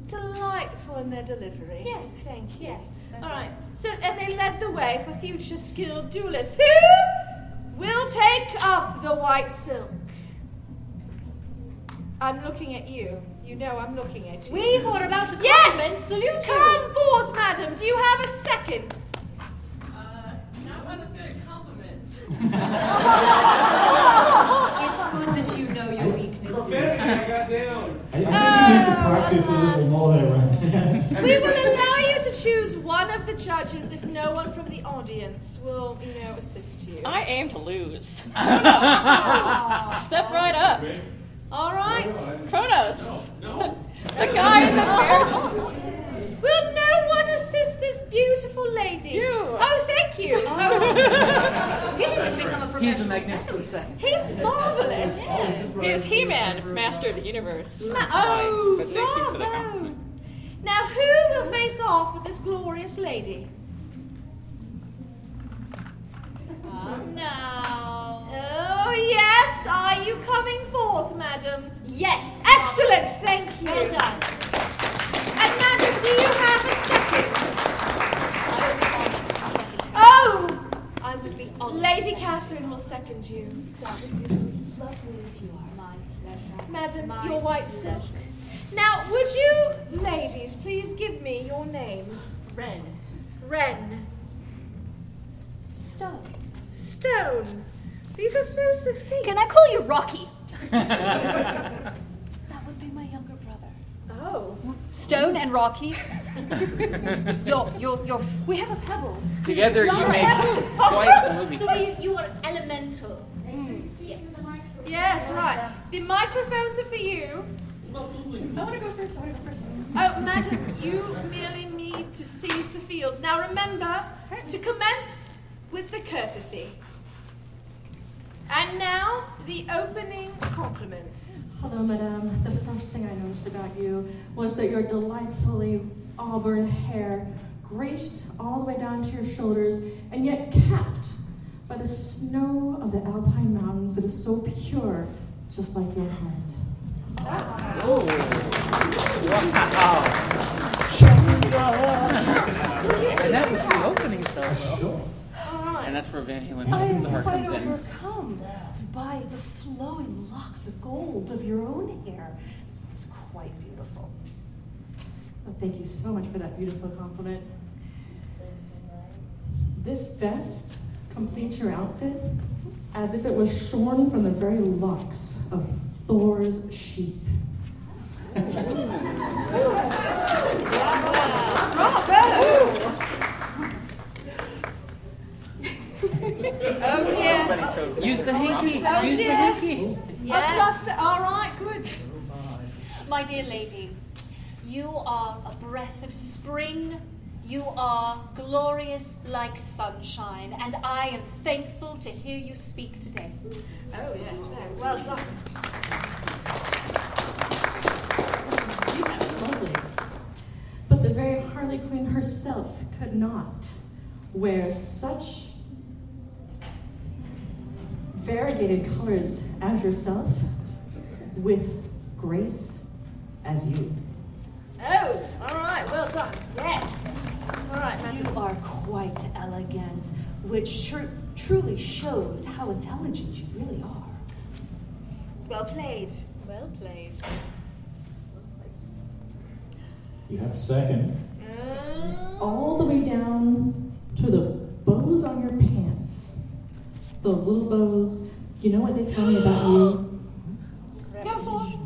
[SPEAKER 2] delightful in their delivery.
[SPEAKER 1] Yes.
[SPEAKER 2] Thank you.
[SPEAKER 1] Yes. that
[SPEAKER 2] All
[SPEAKER 1] is-
[SPEAKER 2] right. So, and they led the way for future skilled duelists who will take up the white silk. I'm looking at you. You know I'm looking at you.
[SPEAKER 1] We who are about to come
[SPEAKER 2] Yes!
[SPEAKER 1] and salute you.
[SPEAKER 2] Come forth, madam. Do you have a second?
[SPEAKER 17] Not one that's good at compliments.
[SPEAKER 1] It's good that you know your weaknesses.
[SPEAKER 7] Professor, I got down.
[SPEAKER 4] I, I think we need to practice a little more around
[SPEAKER 2] We will allow you to choose one of the judges if no one from the audience will, you know, assist you.
[SPEAKER 17] I aim to lose.
[SPEAKER 2] Kronos.
[SPEAKER 17] Step right up.
[SPEAKER 2] All right.
[SPEAKER 17] Kronos. Step, the guy in the bear suit.
[SPEAKER 2] Will no one assist this beautiful lady?
[SPEAKER 17] You.
[SPEAKER 2] Oh, thank you.
[SPEAKER 17] Oh.
[SPEAKER 1] He's going to become a professional.
[SPEAKER 9] He's a magnificent second.
[SPEAKER 2] He's marvelous.
[SPEAKER 17] He is He-Man, master of the universe.
[SPEAKER 2] Ma-
[SPEAKER 17] Right,
[SPEAKER 2] oh,
[SPEAKER 17] but thank you for the
[SPEAKER 2] bravo.
[SPEAKER 17] compliment.
[SPEAKER 2] Now, who will face off with this glorious lady?
[SPEAKER 1] Ah, now.
[SPEAKER 2] Oh, yes. Are you coming forth, madam?
[SPEAKER 1] Yes.
[SPEAKER 2] Excellent. Thank you.
[SPEAKER 1] Well done.
[SPEAKER 2] And madam, do you have a second?
[SPEAKER 1] I will be honored to second.
[SPEAKER 2] Oh,
[SPEAKER 1] I will be honored.
[SPEAKER 2] Lady Catherine will second you.
[SPEAKER 1] lovely as you are. My pleasure.
[SPEAKER 2] Madam,
[SPEAKER 1] My
[SPEAKER 2] your white silk.
[SPEAKER 1] pleasure.
[SPEAKER 2] Now, would you, ladies, please give me your names?
[SPEAKER 17] Ren.
[SPEAKER 2] Wren. Stone. Stone. These are so succinct.
[SPEAKER 1] Can I call you Rocky?
[SPEAKER 17] That
[SPEAKER 2] would be my younger brother. Oh.
[SPEAKER 1] Stone and Rocky. You're, you're, you're.
[SPEAKER 2] We have a pebble.
[SPEAKER 18] Together you make quite the movie.
[SPEAKER 1] So you, you are elemental.
[SPEAKER 2] Yes, right. The microphones are for you.
[SPEAKER 17] I want to go first. I want to go first.
[SPEAKER 2] Oh, madam, you merely need to seize the field. Now remember to commence with the courtesy. And now, the opening compliments.
[SPEAKER 10] Hello, madame. The first thing I noticed about you was that your delightfully auburn hair graced all the way down to your shoulders and yet capped by the snow of the Alpine mountains that is so pure, just like your heart.
[SPEAKER 18] And that was the opening solo.
[SPEAKER 2] All right.
[SPEAKER 18] And that's where Van
[SPEAKER 15] I
[SPEAKER 18] Halen
[SPEAKER 15] am
[SPEAKER 18] the heart
[SPEAKER 15] quite
[SPEAKER 18] comes in.
[SPEAKER 15] overcome by the flowing locks of gold of your own hair. It's quite beautiful.
[SPEAKER 10] Well, thank you so much for that beautiful compliment. This vest completes your outfit as if it was shorn from the very locks of Thor's sheep.
[SPEAKER 2] Bravo! Oh,
[SPEAKER 9] so Use the hanky.
[SPEAKER 1] Oh,
[SPEAKER 9] Use the
[SPEAKER 1] dear.
[SPEAKER 9] hanky.
[SPEAKER 1] Yes.
[SPEAKER 2] fluster. All right, good.
[SPEAKER 1] My dear lady, you are a breath of spring. You are glorious like sunshine, and I am thankful to hear you speak today.
[SPEAKER 2] Oh, yes, very well done.
[SPEAKER 10] lovely. But the very Harley Quinn herself could not wear such variegated colors as yourself with grace as you.
[SPEAKER 2] Oh, all right, well done. Yes. All right,
[SPEAKER 15] You
[SPEAKER 2] madam.
[SPEAKER 15] are quite elegant, which sure, truly shows how intelligent you really are.
[SPEAKER 2] Well played.
[SPEAKER 1] Well played.
[SPEAKER 4] You have a second.
[SPEAKER 10] all the way down to the bows on your pants. Those little bows. You know what they tell me about you?
[SPEAKER 2] Go for it.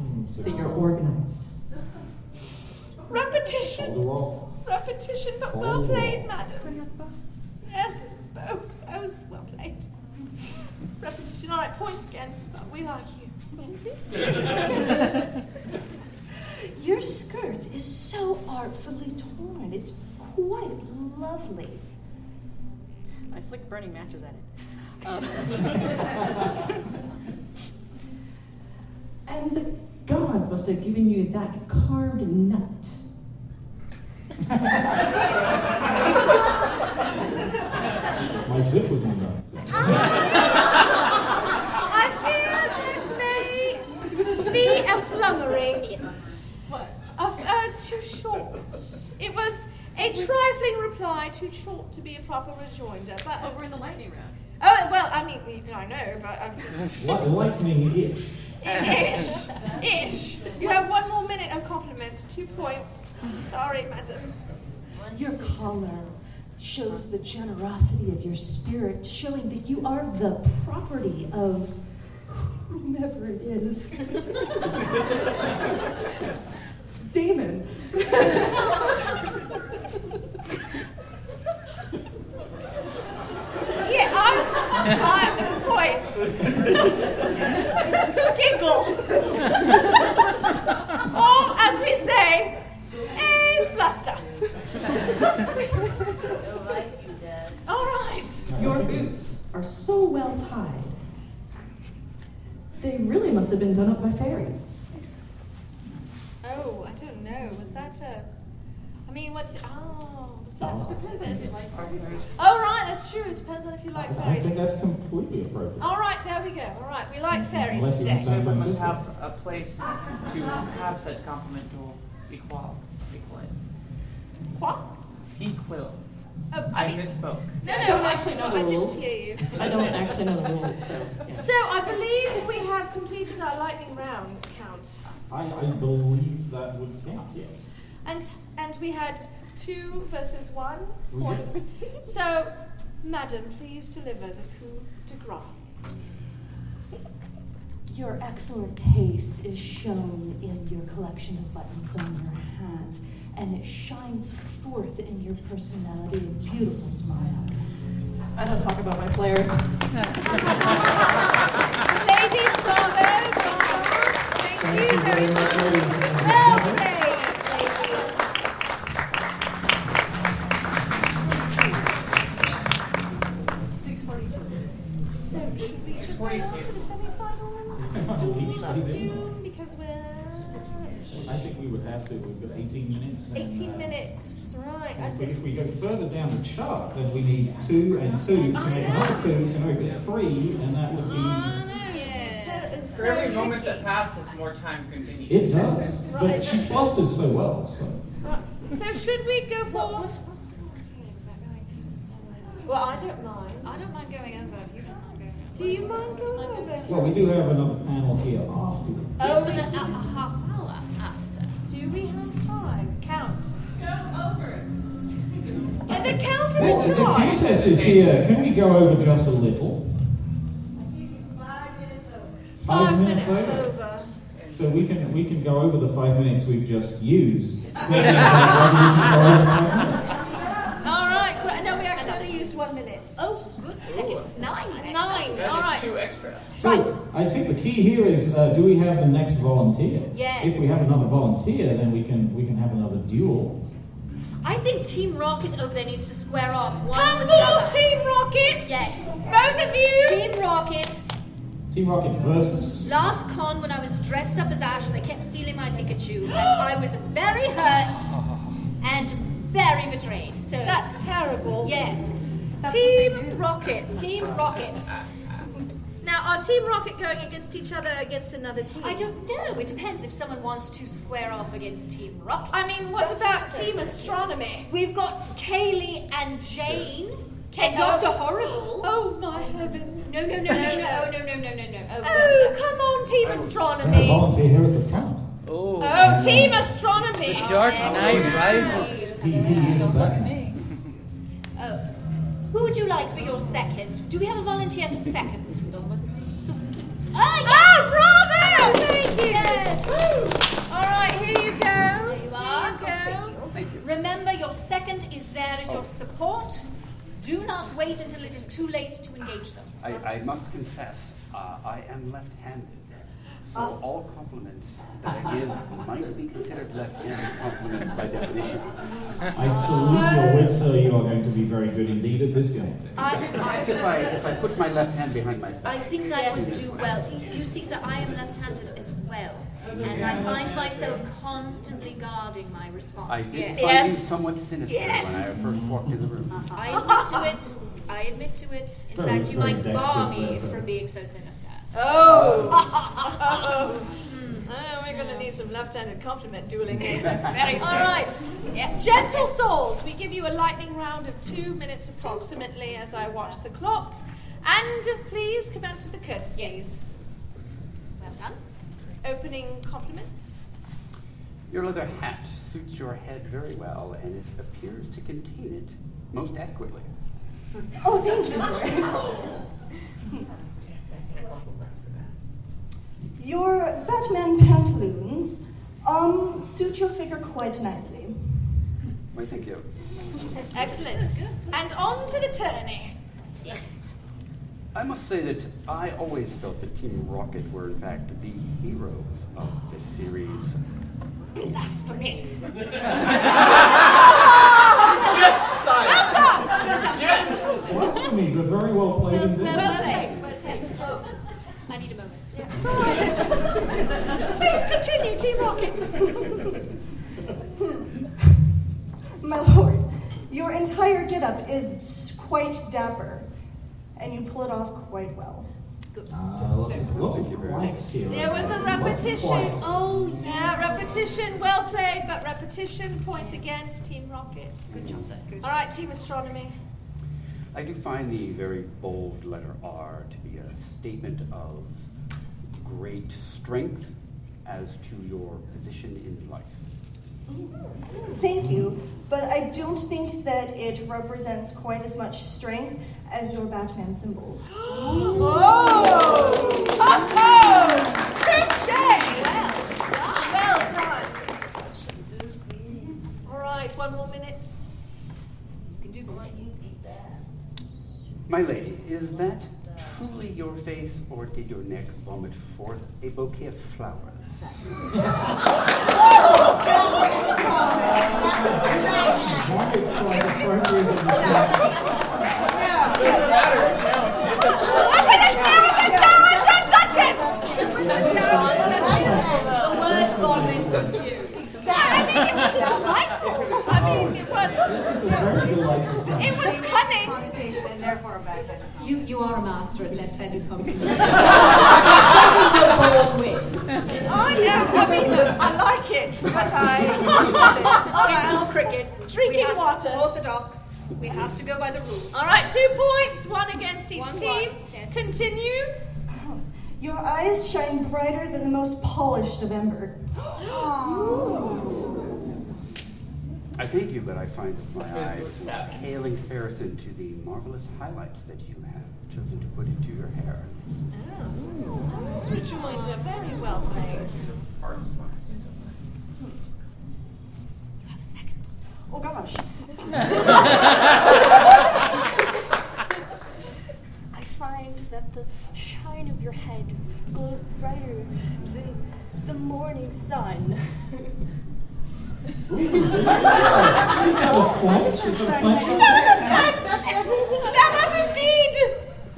[SPEAKER 10] That you're organized.
[SPEAKER 2] repetition. Repetition, but well
[SPEAKER 10] Oh.
[SPEAKER 2] played, madam. Yes, it's bows, bows, well played. Repetition. All right, point against, but we like you.
[SPEAKER 15] Your skirt is so artfully torn. It's quite lovely.
[SPEAKER 17] I flick burning matches at it.
[SPEAKER 10] And the gods must have given you that carved nut.
[SPEAKER 4] My zip was undone.
[SPEAKER 2] I fear that may be a flummery. Yes. Of uh, too short. It was a trifling reply, too short to be a proper rejoinder. But
[SPEAKER 17] But we're in the lightning round.
[SPEAKER 2] oh well, I mean, we- I know, but um,
[SPEAKER 4] Li- Lightning ish.
[SPEAKER 2] ish, ish. You have one more minute of compliments. Two points. Sorry, madam.
[SPEAKER 15] Your collar shows the generosity of your spirit, showing that you are the property of whomever it is. Damon.
[SPEAKER 2] Yeah, I'm. I'm points. Giggle. or, as we say, a fluster. All right.
[SPEAKER 10] Your boots are so well tied. They really must have been done up by fairies.
[SPEAKER 2] Oh, I don't know. Was that a? I mean, what's? Oh, was that
[SPEAKER 4] Oh.
[SPEAKER 2] what the purpose? Oh, right, that's true. It depends on if you like
[SPEAKER 4] I think
[SPEAKER 2] fairies.
[SPEAKER 4] that's completely appropriate.
[SPEAKER 2] All right, there we go. All right, we like fairies
[SPEAKER 4] Unless you
[SPEAKER 2] today.
[SPEAKER 4] inside-
[SPEAKER 8] Everyone must
[SPEAKER 4] Francisco.
[SPEAKER 8] have a place to have said compliment to equal. Equal.
[SPEAKER 2] What?
[SPEAKER 8] Equal.
[SPEAKER 2] Oh,
[SPEAKER 8] I
[SPEAKER 2] I mean,
[SPEAKER 8] misspoke.
[SPEAKER 2] no,
[SPEAKER 10] I
[SPEAKER 2] no,
[SPEAKER 10] don't actually know
[SPEAKER 2] I
[SPEAKER 10] the
[SPEAKER 2] didn't
[SPEAKER 10] rules.
[SPEAKER 2] hear you.
[SPEAKER 10] I don't actually know the rules, so. yeah.
[SPEAKER 2] So I believe we have completed our lightning round count,
[SPEAKER 4] I, I believe that would count, yes.
[SPEAKER 2] and and we had two versus one
[SPEAKER 4] We
[SPEAKER 2] point.
[SPEAKER 4] did.
[SPEAKER 2] So, madam, please deliver the coup de grace.
[SPEAKER 15] Your excellent taste is shown in your collection of buttons on your hands, and it shines forth in your personality and beautiful smile.
[SPEAKER 10] I don't talk about my flair.
[SPEAKER 2] Ladies, bravo, bravo. Thank you very much. Well played, ladies.
[SPEAKER 17] Six forty-two.
[SPEAKER 2] So should we just go on to the semifinals? Do we not do because we're
[SPEAKER 4] I think we would have to, we've got 18 minutes. and, uh,
[SPEAKER 2] 18 minutes, right? I
[SPEAKER 4] If we, if
[SPEAKER 2] did.
[SPEAKER 4] we go further down the chart, then we need two and two to make another two, so now we've got three, and that would be.
[SPEAKER 2] Yeah. It's
[SPEAKER 9] For every
[SPEAKER 2] so
[SPEAKER 9] moment
[SPEAKER 2] tricky.
[SPEAKER 9] that passes, more time continues.
[SPEAKER 4] It does,
[SPEAKER 2] Right.
[SPEAKER 4] but she flusters so well, so.
[SPEAKER 2] Right. So should we go for? Well, I don't mind.
[SPEAKER 1] I don't mind going over if you don't mind going over.
[SPEAKER 2] Do you mind going over?
[SPEAKER 4] Well, we do have another panel here after.
[SPEAKER 2] Oh,
[SPEAKER 1] Oh,
[SPEAKER 2] yes.
[SPEAKER 1] a, a half hour after.
[SPEAKER 2] Do we have time? Count.
[SPEAKER 17] Go over.
[SPEAKER 2] And the count is
[SPEAKER 4] Well,
[SPEAKER 2] in
[SPEAKER 4] the
[SPEAKER 2] charge.
[SPEAKER 4] countess is here, can we go over just a little?
[SPEAKER 17] Five minutes over.
[SPEAKER 2] Five minutes
[SPEAKER 4] minutes over.
[SPEAKER 2] over.
[SPEAKER 4] So we can, we can go over the five minutes we've just used. We can go over five minutes.
[SPEAKER 2] All right. great. No, we actually only used one minute.
[SPEAKER 1] Oh, good. That gives us nine minutes.
[SPEAKER 2] Nine.
[SPEAKER 9] That
[SPEAKER 2] All
[SPEAKER 9] is
[SPEAKER 2] right.
[SPEAKER 9] two
[SPEAKER 4] So I think the key here is, uh, do we have the next volunteer?
[SPEAKER 1] Yes.
[SPEAKER 4] If we have another volunteer, then we can we can have another duel.
[SPEAKER 1] I think Team Rocket over there needs to square off. One
[SPEAKER 2] Come
[SPEAKER 1] with
[SPEAKER 2] forth,
[SPEAKER 1] the other.
[SPEAKER 2] Team Rocket!
[SPEAKER 1] Yes.
[SPEAKER 2] Both of you!
[SPEAKER 1] Team Rocket.
[SPEAKER 4] Team Rocket versus.
[SPEAKER 1] Last con, when I was dressed up as Ash, they kept stealing my Pikachu, and I was very hurt and very betrayed. So
[SPEAKER 2] That's terrible.
[SPEAKER 1] Yes.
[SPEAKER 2] Team Rocket.
[SPEAKER 1] Team Rocket.
[SPEAKER 2] Now, are Team Rocket going against each other against another team?
[SPEAKER 1] I don't know. It depends if someone wants to square off against Team Rocket.
[SPEAKER 2] I mean, what
[SPEAKER 1] That's
[SPEAKER 2] about
[SPEAKER 1] different.
[SPEAKER 2] Team Astronomy?
[SPEAKER 1] We've got Kaylee and Jane and
[SPEAKER 2] Kayla.
[SPEAKER 1] Doctor Horrible.
[SPEAKER 2] Oh my heavens!
[SPEAKER 1] No, no, no, no, no, no, no, no, no, no. Oh,
[SPEAKER 2] Oh, come on, Team
[SPEAKER 4] We have a
[SPEAKER 2] Astronomy!
[SPEAKER 4] volunteer here at the front.
[SPEAKER 8] Oh,
[SPEAKER 2] Oh, Team Astronomy! Oh,
[SPEAKER 8] The Dark Knight Rises.
[SPEAKER 4] He, he is the black man.
[SPEAKER 1] Oh. Who would you like for your second? Do we have a volunteer to second? So- ah, yes!
[SPEAKER 2] Oh, bravo! Thank you!
[SPEAKER 1] Yes!
[SPEAKER 2] All right, here you go.
[SPEAKER 1] There you are. Remember, your second is there as your support. Do not wait until it is too late to engage them.
[SPEAKER 16] I, I must confess, uh, I am left-handed, so all compliments that I give might be considered left-handed compliments by definition.
[SPEAKER 4] I salute your wit, sir. You are going to be very good indeed at this game.
[SPEAKER 16] Perhaps if I if I put my left hand behind my back.
[SPEAKER 1] I think that would do well. You see, sir, I am left-handed as well, and I find myself constantly guarding my response.
[SPEAKER 16] I did
[SPEAKER 1] yes.
[SPEAKER 16] find you somewhat sinister when I first walked in the room.
[SPEAKER 2] Uh-huh.
[SPEAKER 1] I admit to it. I admit to it. In
[SPEAKER 16] Very,
[SPEAKER 1] fact, you
[SPEAKER 16] very
[SPEAKER 1] might
[SPEAKER 16] dexterous
[SPEAKER 1] bar
[SPEAKER 16] there,
[SPEAKER 1] me
[SPEAKER 16] sir.
[SPEAKER 1] for being so sinister.
[SPEAKER 2] Oh!
[SPEAKER 1] Hmm.
[SPEAKER 2] oh, we're going to need some left-handed compliment dueling later.
[SPEAKER 1] Very
[SPEAKER 2] All
[SPEAKER 1] soon.
[SPEAKER 2] right.
[SPEAKER 1] Yeah.
[SPEAKER 2] Gentle souls, we give you a lightning round of two minutes approximately as I watch the clock. And please commence with the courtesies.
[SPEAKER 1] Yes. Well done.
[SPEAKER 2] Opening compliments.
[SPEAKER 16] Your leather hat suits your head very well, and it appears to contain it most adequately.
[SPEAKER 19] Oh, thank you, sir. Your Batman pantaloons um suit your figure quite nicely.
[SPEAKER 16] Why, thank you.
[SPEAKER 2] Excellent. And on to the tourney.
[SPEAKER 1] Yes.
[SPEAKER 16] I must say that I always felt that Team Rocket were, in fact, the heroes of this series.
[SPEAKER 1] Blasphemy.
[SPEAKER 2] Just
[SPEAKER 16] silence.
[SPEAKER 1] Well done.
[SPEAKER 4] Blasphemy, but very well
[SPEAKER 1] Well,
[SPEAKER 4] played
[SPEAKER 1] well,
[SPEAKER 4] indeed.
[SPEAKER 1] well played. Well played. I need a moment.
[SPEAKER 2] Please continue, Team Rocket.
[SPEAKER 19] My lord, your entire getup is quite dapper, and you pull it off quite well.
[SPEAKER 4] Uh, lots of, lots of quiets here.
[SPEAKER 2] There was a
[SPEAKER 4] Lots of
[SPEAKER 2] repetition.
[SPEAKER 4] quiets.
[SPEAKER 2] Oh, yeah, repetition. Well played, but repetition. Point against Team Rocket. Good job there. All right, Team Astronomy.
[SPEAKER 16] I do find the very bold letter R to be a statement of great strength as to your position in life.
[SPEAKER 19] Thank you, but I don't think that it represents quite as much strength as your Batman symbol.
[SPEAKER 2] Oh! Oh! Touché!
[SPEAKER 1] Well done.
[SPEAKER 2] Well done. All right, one more minute.
[SPEAKER 1] You can do this.
[SPEAKER 16] My lady, is that truly your face, or did your neck vomit forth a bouquet of flowers?
[SPEAKER 1] The word vomit was used.
[SPEAKER 4] This is a very delightful thing.
[SPEAKER 2] It was cunning.
[SPEAKER 20] and therefore a bad thing.
[SPEAKER 1] You, you are a master at left-handed compliments. That's something you're born with.
[SPEAKER 2] I know. I mean, I like it, but I. All
[SPEAKER 1] It's
[SPEAKER 2] right.
[SPEAKER 1] not cricket.
[SPEAKER 2] Drinking
[SPEAKER 1] we have
[SPEAKER 2] water.
[SPEAKER 1] Orthodox. We have to go by the rules.
[SPEAKER 2] All right, two points, one against each
[SPEAKER 1] One,
[SPEAKER 2] team.
[SPEAKER 1] one, yes.
[SPEAKER 2] Continue.
[SPEAKER 19] Your eyes shine brighter than the most polished of ember.
[SPEAKER 16] I thank you, but I find that my eyes will pale in comparison to the marvelous highlights that you have chosen to put into your hair.
[SPEAKER 2] That's rejoinder. Very well played.
[SPEAKER 1] You have a second.
[SPEAKER 19] Oh gosh.
[SPEAKER 1] I find that the shine of your head
[SPEAKER 21] head glows brighter than the morning sun.
[SPEAKER 2] That was indeed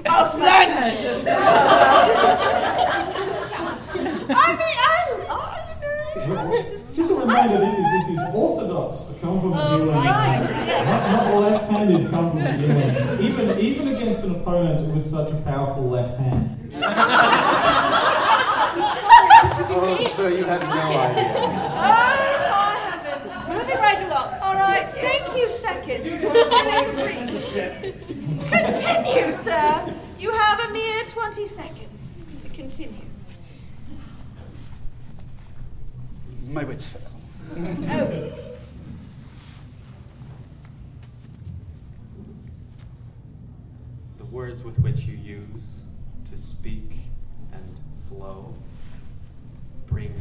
[SPEAKER 2] a flinch. I mean, I, oh,
[SPEAKER 4] Just a reminder, this is this is orthodox the compliment
[SPEAKER 2] Oh,
[SPEAKER 4] dueling.
[SPEAKER 2] right, yes.
[SPEAKER 4] Not, not left-handed compliment dueling. Even even against an opponent with such a powerful left hand.
[SPEAKER 16] Oh, so you have no idea.
[SPEAKER 2] Moving right along. Oh, All right, thank you, second. for filling the breach. Continue, sir. You have a mere 20 seconds to continue.
[SPEAKER 16] My wits fail.
[SPEAKER 2] Oh.
[SPEAKER 22] The words with which you use to speak and flow bring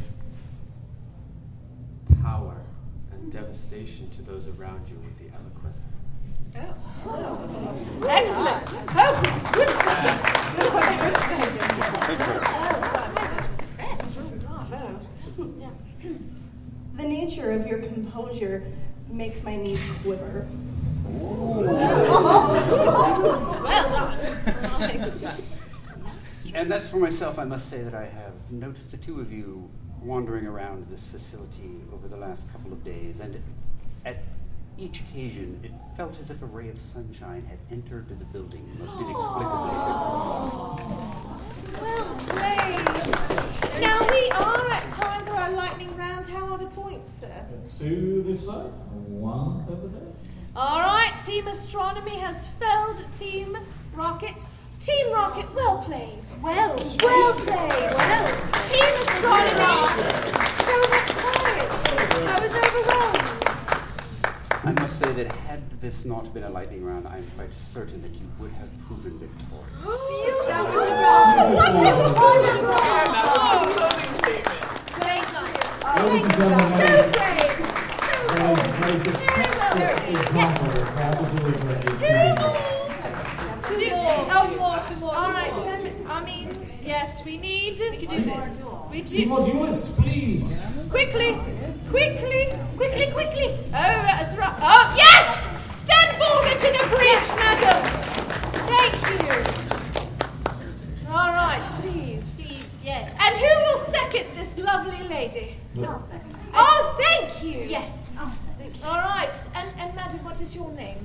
[SPEAKER 22] power and devastation to those around you with the eloquence.
[SPEAKER 2] Excellent. Oh, good second. Good second. Good
[SPEAKER 19] The nature of your composure makes my knees quiver.
[SPEAKER 2] Well
[SPEAKER 19] done.
[SPEAKER 16] And that's for myself, I must say that I have noticed the two of you wandering around this facility over the last couple of days, and at each occasion it felt as if a ray of sunshine had entered the building most inexplicably.
[SPEAKER 2] Yay. Now we are at time for our lightning round. How are the points, sir?
[SPEAKER 4] Two this side, one over there.
[SPEAKER 2] All right, Team Astronomy has felled Team Rocket. Team Rocket, well played. Well, well played. Well, Team Astronomy, so much science. I was overwhelmed.
[SPEAKER 16] I must say that had this not been a lightning round, I'm quite certain that you would have proven victorious.
[SPEAKER 2] Beautiful.
[SPEAKER 16] Wonderful.
[SPEAKER 2] Wonderful. Great night.
[SPEAKER 4] Ladies and gentlemen,
[SPEAKER 2] So
[SPEAKER 4] that is-
[SPEAKER 2] great.
[SPEAKER 4] that is- that is a textbook example of how to deliver a
[SPEAKER 2] Two
[SPEAKER 4] comedian.
[SPEAKER 2] Two more. Two more. Two more. Oh, All right, seven. I mean, yes, we need. We can do this. We
[SPEAKER 4] Two more duelists, please.
[SPEAKER 2] Quickly, quickly, quickly, quickly. Oh, that's right. Oh, yes! Stand forward to the bridge, madam. Thank you. All right, please. Please, yes. And who will second this lovely lady?
[SPEAKER 23] I'll
[SPEAKER 2] Oh, thank you. Oh,
[SPEAKER 23] Yes.
[SPEAKER 2] All right, and, and madam, what is your name?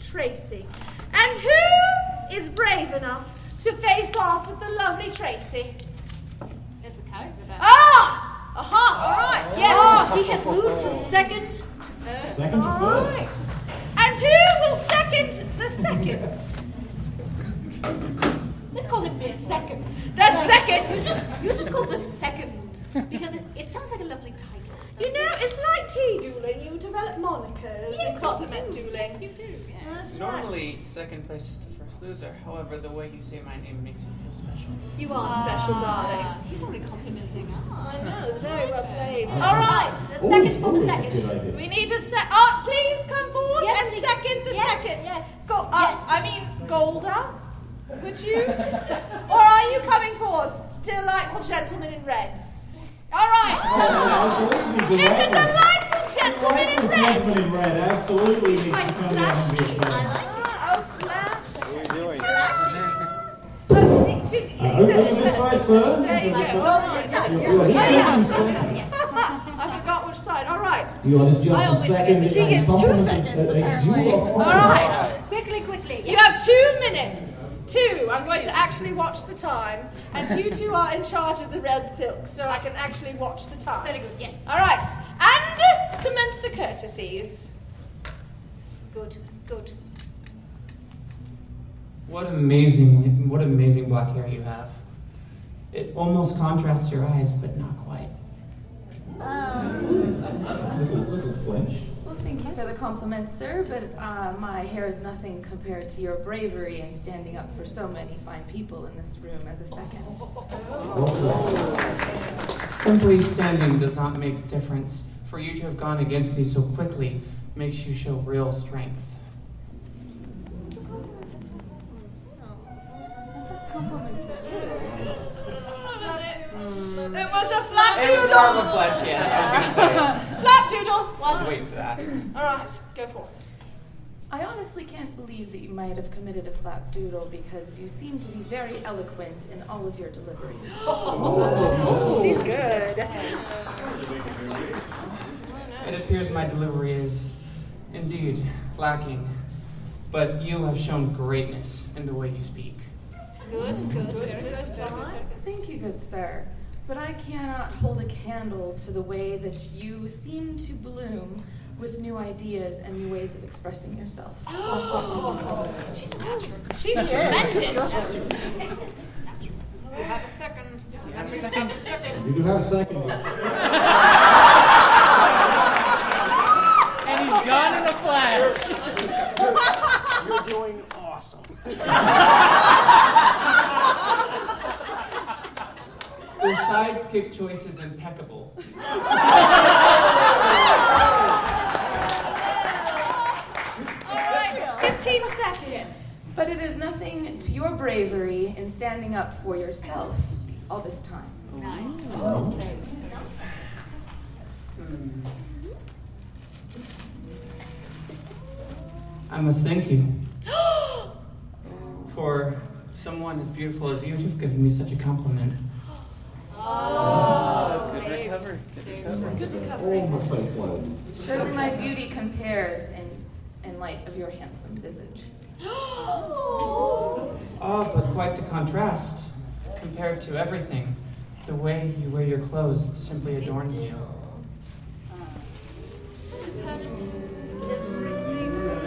[SPEAKER 2] Tracy. And who is brave enough to face off with the lovely Tracy?
[SPEAKER 23] There's the cows about.
[SPEAKER 2] Ah! Aha! All right, yes.
[SPEAKER 23] Ah, he has moved from second to first.
[SPEAKER 2] Second to All
[SPEAKER 21] Oh,
[SPEAKER 2] first. And who will second the second?
[SPEAKER 23] Let's call him the second.
[SPEAKER 2] The second.
[SPEAKER 23] You just you just called the second because it, it sounds like a lovely title.
[SPEAKER 2] You know, it's like tea dueling. You develop monikers
[SPEAKER 23] Yes,
[SPEAKER 2] in
[SPEAKER 23] you
[SPEAKER 2] compliment
[SPEAKER 23] do.
[SPEAKER 2] dueling.
[SPEAKER 23] Yes, you do, yeah.
[SPEAKER 2] That's right.
[SPEAKER 9] Normally, second place is the first loser. However, the way you say my name makes me feel special.
[SPEAKER 2] You are
[SPEAKER 1] Ah.
[SPEAKER 2] special, darling.
[SPEAKER 23] He's already complimenting us.
[SPEAKER 2] I know, very well played.
[SPEAKER 23] Yes.
[SPEAKER 2] All right,
[SPEAKER 23] The second for the
[SPEAKER 4] Always a good
[SPEAKER 23] second.
[SPEAKER 4] idea.
[SPEAKER 2] we need a sec. Oh, please come forward
[SPEAKER 23] Yes,
[SPEAKER 2] and
[SPEAKER 23] please.
[SPEAKER 2] second the
[SPEAKER 23] Yes,
[SPEAKER 2] second.
[SPEAKER 23] yes.
[SPEAKER 2] Go. Uh, I mean, Golda. Would you? or are you coming forth, delightful gentleman in red? All right, come on. She's a delightful gentleman in
[SPEAKER 4] The gentleman in red absolutely needs to come down and be a
[SPEAKER 2] I
[SPEAKER 4] sailor.
[SPEAKER 2] like it. Oh, flash.
[SPEAKER 4] doing?
[SPEAKER 2] Flashing. Just
[SPEAKER 4] Uh, over
[SPEAKER 2] There you
[SPEAKER 4] this way, sir. Over this
[SPEAKER 2] go.
[SPEAKER 4] way.
[SPEAKER 2] Oh, yes, yes,
[SPEAKER 4] You are
[SPEAKER 2] yes.
[SPEAKER 4] yes.
[SPEAKER 2] Oh, yes. I forgot which side. All right.
[SPEAKER 4] You are this
[SPEAKER 2] I
[SPEAKER 4] gentleman's
[SPEAKER 2] always
[SPEAKER 4] second.
[SPEAKER 2] forget.
[SPEAKER 4] and complimented that they- You are
[SPEAKER 2] All right. Quickly, quickly. You have two minutes. Two. I'm going to actually watch the time, and you two are in charge of the red silk, so I can actually watch the time. Very good. Yes. All right. And commence the courtesies.
[SPEAKER 23] Good, good.
[SPEAKER 9] What amazing, what amazing black hair you have. It almost contrasts your eyes, but not quite.
[SPEAKER 4] Little, little flinch.
[SPEAKER 13] Well, thank you for the compliment, sir, but uh, my hair is nothing compared to your bravery in standing up for so many fine people in this room as a second.
[SPEAKER 9] Simply standing does not make a difference. For you to have gone against me so quickly makes you show real strength.
[SPEAKER 2] Compliment. Mm. was a flap
[SPEAKER 9] It was
[SPEAKER 2] doodle.
[SPEAKER 9] more of a flat, yes, I was
[SPEAKER 2] It's
[SPEAKER 9] gonna
[SPEAKER 2] a
[SPEAKER 9] say.
[SPEAKER 2] flap doodle.
[SPEAKER 9] I was waiting for that.
[SPEAKER 2] All right, go forth.
[SPEAKER 13] I honestly can't believe that you might have committed a flap doodle because you seem to be very eloquent in all of your deliveries.
[SPEAKER 5] Oh, She's good.
[SPEAKER 9] It appears my delivery is indeed lacking, but you have shown greatness in the way you speak.
[SPEAKER 23] Good, good, very good, very good.
[SPEAKER 13] Fine. Thank you, good sir. But I cannot hold a candle to the way that you seem to bloom with new ideas and new ways of expressing yourself.
[SPEAKER 23] She's a natural.
[SPEAKER 13] She's
[SPEAKER 23] She's
[SPEAKER 13] tremendous.
[SPEAKER 23] tremendous. You have a second. You have a second.
[SPEAKER 4] You do have a second.
[SPEAKER 8] And he's gone in a flash.
[SPEAKER 24] You're doing awesome.
[SPEAKER 9] Your sidekick choice is impeccable.
[SPEAKER 13] All right, 15 seconds. But it is nothing to your bravery in standing up for yourself all this time.
[SPEAKER 23] Nice. Oh,
[SPEAKER 9] I must thank you for someone as beautiful as you to have given me such a compliment.
[SPEAKER 13] Oh,
[SPEAKER 8] Good
[SPEAKER 13] saved.
[SPEAKER 8] recovery. Good
[SPEAKER 13] Saved.
[SPEAKER 8] recovery.
[SPEAKER 13] Good recovery.
[SPEAKER 4] Oh, my sight was.
[SPEAKER 13] Surely my beauty compares in, in light of your handsome visage.
[SPEAKER 23] Oh.
[SPEAKER 9] Ah, but quite the contrast compared to everything. The way you wear your clothes simply adorns you.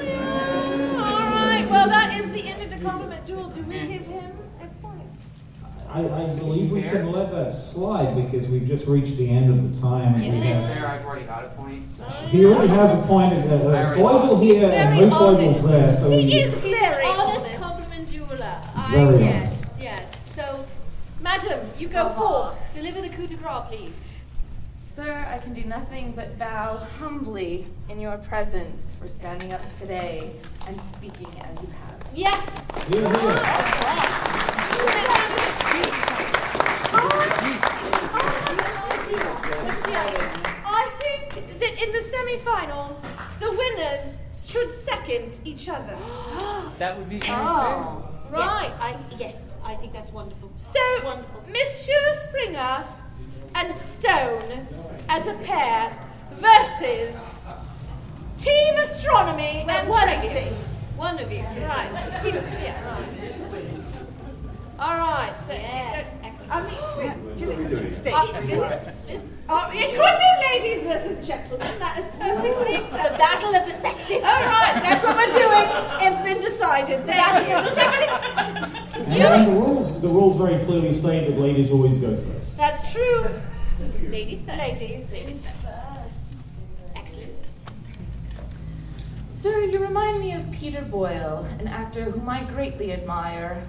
[SPEAKER 2] All right, well, that is the end of the compliment duel. Do we give him a point?
[SPEAKER 4] I, I believe we can let that slide because we've just reached the end of the time. We have-
[SPEAKER 9] Fair, I've already got a point. so-
[SPEAKER 4] He already has a point of uh, uh, foible
[SPEAKER 9] He's
[SPEAKER 4] here and
[SPEAKER 9] very
[SPEAKER 4] no foibles there, so we-
[SPEAKER 2] He is
[SPEAKER 23] He's
[SPEAKER 2] very
[SPEAKER 23] an honest,
[SPEAKER 2] honest.
[SPEAKER 23] compliment jeweler. I
[SPEAKER 4] Very honest.
[SPEAKER 23] yes, yes. So,
[SPEAKER 2] Madam, you
[SPEAKER 23] go
[SPEAKER 2] go
[SPEAKER 23] forth.
[SPEAKER 2] forth.
[SPEAKER 23] Deliver the coup de grace, please.
[SPEAKER 13] Sir, I can do nothing but bow humbly in your presence for standing up today and speaking as you have.
[SPEAKER 23] Yes.
[SPEAKER 4] Here, here.
[SPEAKER 2] I think that in the semi-finals, the winners should second each other.
[SPEAKER 8] That would be
[SPEAKER 2] Oh. Right.
[SPEAKER 23] Yes I, yes, I think that's wonderful.
[SPEAKER 2] So, Monsieur Springer and Stone as a pair versus Team Astronomy
[SPEAKER 23] Well,
[SPEAKER 2] and
[SPEAKER 23] one of you.
[SPEAKER 2] Trixie.
[SPEAKER 23] One of you.
[SPEAKER 2] Right. Team Astronomy. All right. So, yes. I mean,
[SPEAKER 5] Just stay.
[SPEAKER 2] Uh, this is just. Uh, it could be ladies versus gentlemen. That is perfectly acceptable.
[SPEAKER 23] The battle of the sexes.
[SPEAKER 2] All right, that's what we're doing. It's been decided.
[SPEAKER 23] The battle
[SPEAKER 2] There
[SPEAKER 23] of the
[SPEAKER 2] it is.
[SPEAKER 23] sexes.
[SPEAKER 4] And then the rules, the rules very clearly state that ladies always go first.
[SPEAKER 2] That's true.
[SPEAKER 23] Ladies first.
[SPEAKER 2] Ladies.
[SPEAKER 23] Ladies first. Excellent.
[SPEAKER 13] Sir, you remind me of Peter Boyle, an actor whom I greatly admire.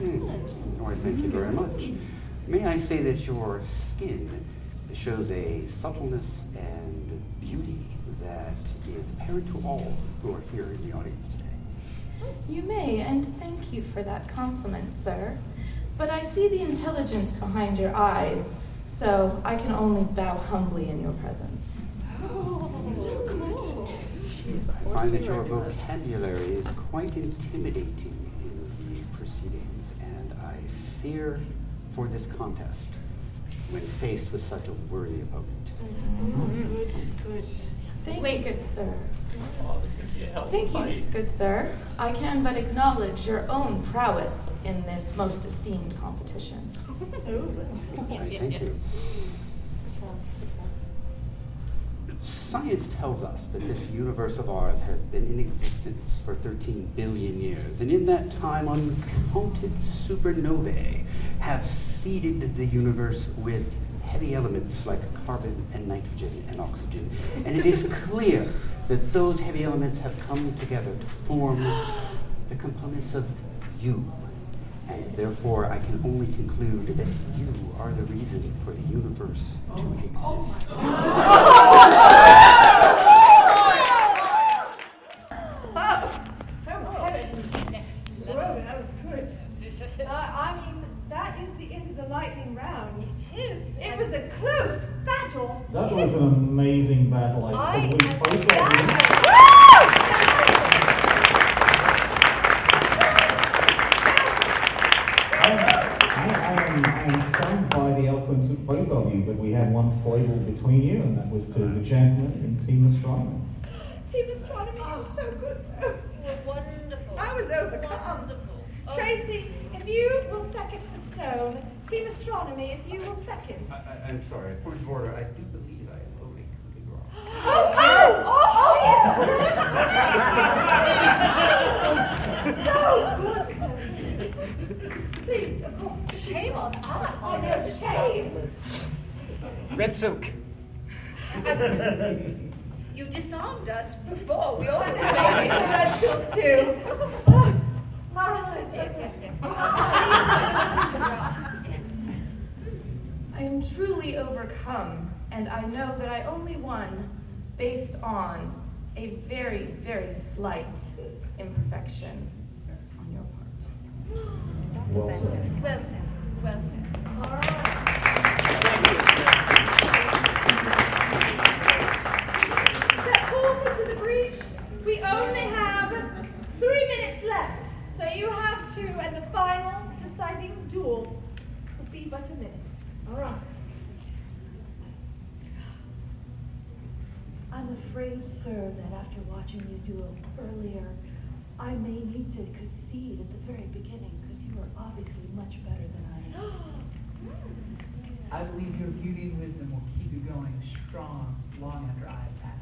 [SPEAKER 23] Excellent.
[SPEAKER 16] Why, Mm. thank you very much. May I say that your skin shows a suppleness and beauty that is apparent to all who are here in the audience today.
[SPEAKER 13] You may, and thank you for that compliment, sir. But I see the intelligence behind your eyes, so I can only bow humbly in your presence.
[SPEAKER 23] Oh,
[SPEAKER 2] So good.
[SPEAKER 16] I find that your vocabulary is quite intimidating in the proceedings, and I fear for this contest when faced with such a worthy opponent.
[SPEAKER 2] Good, good.
[SPEAKER 13] Thank you, good sir. Thank you, good sir. I can but acknowledge your own prowess in this most esteemed competition.
[SPEAKER 16] I
[SPEAKER 13] Oh.
[SPEAKER 23] Yes, yes,
[SPEAKER 16] thank
[SPEAKER 23] yes.
[SPEAKER 16] you. Science tells us that this universe of ours has been in existence for 13 billion years, and in that time, uncounted supernovae have seeded the universe with heavy elements like carbon and nitrogen and oxygen. And it is clear that those heavy elements have come together to form the components of you. And therefore, I can only conclude that you are the reason for the universe
[SPEAKER 2] Oh
[SPEAKER 16] to exist.
[SPEAKER 2] Whoa, that was good. I, I mean, that is the end of the lightning round. It is. It was a close battle.
[SPEAKER 4] That was an amazing battle. I, said. we both got I, I, am, I am stunned by the eloquence of both of you, but we had one foible between you, and that was to the gentleman and Team Astronomer.
[SPEAKER 2] Team astronomy was so good.
[SPEAKER 1] wonderful.
[SPEAKER 2] I was overcome.
[SPEAKER 1] Wonderful. Oh.
[SPEAKER 2] Tracy, if you will second for Stone, Team Astronomy, if you will second.
[SPEAKER 16] I, I, I'm sorry, point of order. I do believe I am only completely wrong.
[SPEAKER 2] Oh, oh, oh, oh, yes. so good, so good. Please, of course. Shame on us. Oh, no, shame.
[SPEAKER 25] Red silk.
[SPEAKER 1] You disarmed us before. We all had
[SPEAKER 2] Thank you, Red Silk, too.
[SPEAKER 1] Yes, yes, yes, yes.
[SPEAKER 13] Yes. I am truly overcome, and I know that I only won based on a very, very slight imperfection on your part.
[SPEAKER 4] Well said.
[SPEAKER 1] Well said. Well said.
[SPEAKER 2] Step forward to the breach. We only have three minutes left, so you have two, and the final deciding duel will be but a minute. All right.
[SPEAKER 15] I'm afraid, sir, that after watching you do it earlier, I may need to concede at the very beginning because you are obviously much better than I am.
[SPEAKER 8] I believe your beauty and wisdom will keep you going strong long after I pass.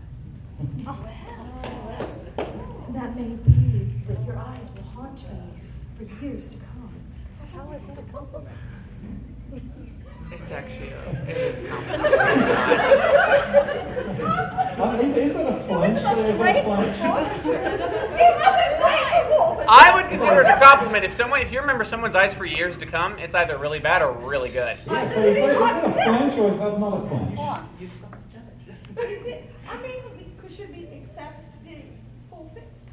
[SPEAKER 15] That may be, but your eyes will haunt me for years to come.
[SPEAKER 26] How is that a compliment?
[SPEAKER 8] It's actually a.
[SPEAKER 4] Uh, is, is that a flinch? Is that a flinch?
[SPEAKER 9] I would consider it a compliment if someone, if you remember someone's eyes for years to come, it's either really bad or really good.
[SPEAKER 4] Yeah, so is that, is that a flinch or is that not a flinch?
[SPEAKER 2] Is it, I mean, we, could- should we accept the forfeits?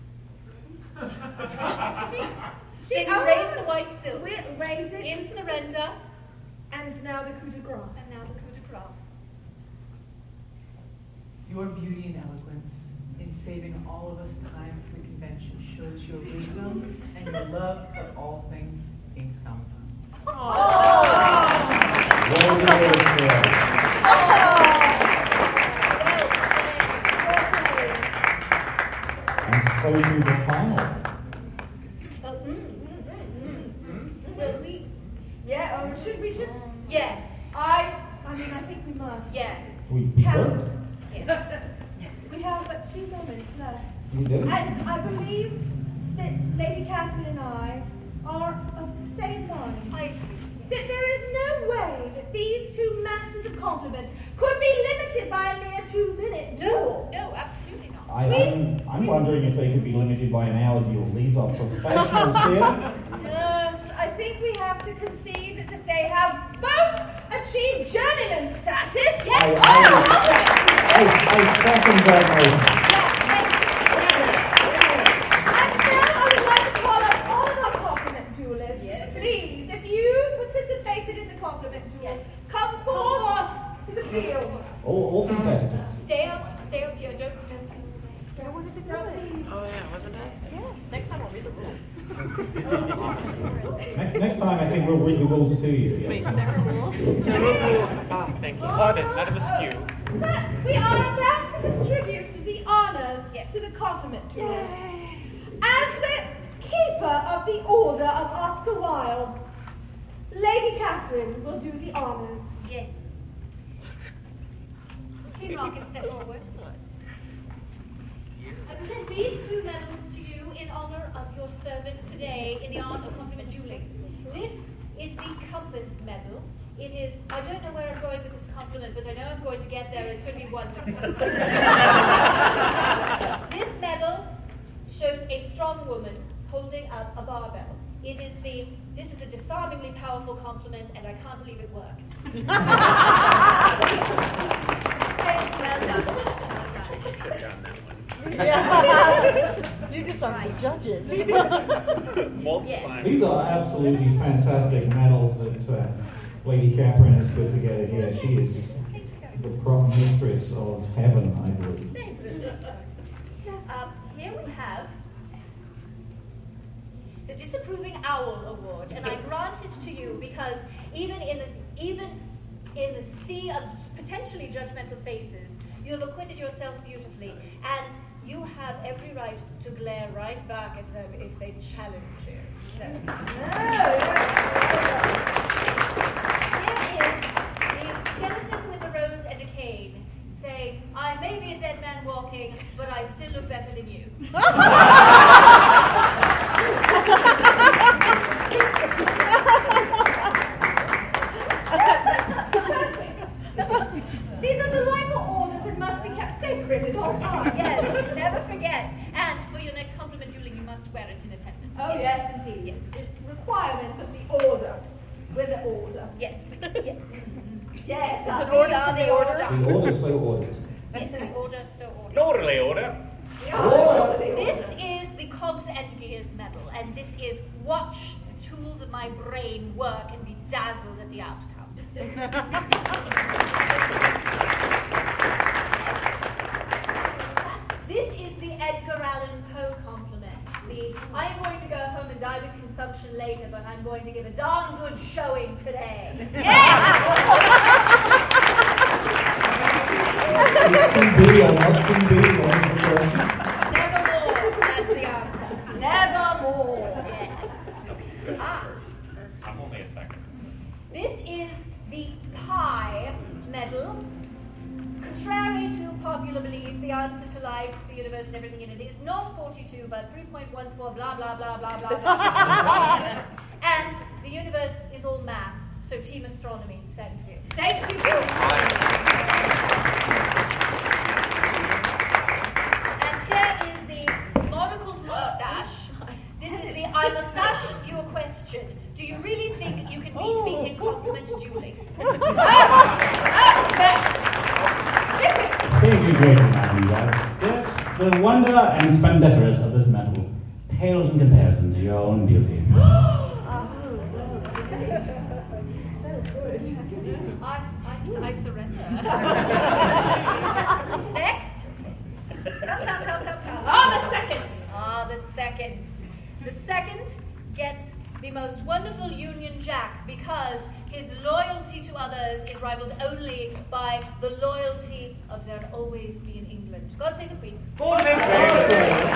[SPEAKER 1] She
[SPEAKER 2] She
[SPEAKER 1] erased the white silk.
[SPEAKER 2] We'll raise it.
[SPEAKER 1] In surrender,
[SPEAKER 2] And now the coup de grace.
[SPEAKER 1] and now the coup de grace.
[SPEAKER 8] Your beauty and eloquence in saving all of us time for the convention shows your wisdom and your love for all things things come.
[SPEAKER 4] Well done, sir. And so do the final.
[SPEAKER 1] Oh, mm, mm, mm, mm, mm. Will we?
[SPEAKER 2] Yeah, or should we just?
[SPEAKER 1] Yes.
[SPEAKER 2] I. I mean, I think we must.
[SPEAKER 1] Yes.
[SPEAKER 4] We we
[SPEAKER 2] Count.
[SPEAKER 4] both.
[SPEAKER 1] Yes.
[SPEAKER 2] We have but two moments left.
[SPEAKER 4] We do.
[SPEAKER 2] And I believe that Lady Catherine and I are of the same mind.
[SPEAKER 1] I
[SPEAKER 2] That there is no way that these two masters of compliments could be limited by a mere two-minute duel.
[SPEAKER 1] No, absolutely not.
[SPEAKER 4] I, I'm, I'm wondering if they could be limited by an hour deal. These are professionals here.
[SPEAKER 2] Yes, I think we have to concede that they have both achieved journeyman status. Yes. Oh,
[SPEAKER 4] I- I, I second that motion.
[SPEAKER 2] And now I would like to call up all of our compliment duelists. Please, if you participated in the compliment duel, come forth to the field.
[SPEAKER 4] All, all competitors.
[SPEAKER 1] Stay up. Stay up here. Don't. Don't.
[SPEAKER 2] Now, what did the duelists?
[SPEAKER 9] Oh yeah, wasn't it?
[SPEAKER 5] Yes. Next time I'll read the rules.
[SPEAKER 4] Next, next time, I think we'll read the rules to you. yes.
[SPEAKER 9] Ah, thank you. Pardon, Madam Askew.
[SPEAKER 2] But we are about to distribute the honors to the compliment duelists. As the keeper of the order of Oscar Wilde, Lady Catherine will do the honors.
[SPEAKER 1] Yes. Team Rocket, step forward. I present these two medals to you in honor of your service today in the art of compliment dueling. This is the Compass Medal. It is, I don't know where I'm going with this compliment, but I know I'm going to get there. It's going to be wonderful. this medal shows a strong woman holding up a barbell. It is the, this is a disarmingly powerful compliment, and I can't believe it worked. well done. Well done.
[SPEAKER 9] Should have done that
[SPEAKER 5] You disarmed the judges.
[SPEAKER 9] one. Multiple
[SPEAKER 1] Yes.
[SPEAKER 9] times.
[SPEAKER 4] These are absolutely fantastic medals that uh, Lady Catherine has put together here. She is the prop mistress of heaven, I believe.
[SPEAKER 1] Uh, here we have the Disapproving Owl Award, and I grant it to you because even in the even in the sea of potentially judgmental faces, you have acquitted yourself beautifully, and you have every right to glare right back at them if they challenge you. So- Here is the skeleton with a rose and a cane saying, I may be a dead man walking, but I still look better than you.
[SPEAKER 2] These are delightful orders and must be kept sacred at all times.
[SPEAKER 1] yes, never forget. And for your next compliment dueling, you must wear it in attendance.
[SPEAKER 2] Oh, yes, indeed. Yes. It's requirement of the order. With the order.
[SPEAKER 1] Yes. Mm-hmm.
[SPEAKER 2] Yes.
[SPEAKER 1] It's an
[SPEAKER 2] these
[SPEAKER 1] order
[SPEAKER 2] are
[SPEAKER 1] for the
[SPEAKER 4] The order so orders.
[SPEAKER 1] Yes, the order, so order.
[SPEAKER 4] Orderly order.
[SPEAKER 1] This is the Cogs and Gears medal, and this is watch the tools of my brain work and be dazzled at the outcome. this is the Edgar Allan Poe compliment. The I'm going to go home and die with consumption later, but I'm going to give a darn good showing today.
[SPEAKER 4] Option B or option B, what is the question?
[SPEAKER 1] Nevermore. That's the answer. Nevermore. Yes. Ah.
[SPEAKER 27] I'm only a second.
[SPEAKER 1] This is the Pi medal. Contrary to popular belief, the answer to life, the universe, and everything in it is not 42, but 3.14, blah, blah, blah, blah, blah, blah, blah. and the universe is all math, so team astronomy. Thank you. Thank you. and here is the monocled mustache. This is the I mustache you a question. Do you really think you can beat me in compliment dueling?
[SPEAKER 6] Thank you very much, Yes, the wonder and splendiferous of this metal pales in comparison to your own beauty.
[SPEAKER 1] so good. I, I, I surrender. Next. Come, come, come, come, come.
[SPEAKER 17] Ah, the second.
[SPEAKER 1] Ah, the second. The second gets the most wonderful Union Jack because his loyalty to others is rivaled only by the loyalty of their always be in England. God save the Queen.
[SPEAKER 27] God save the Queen.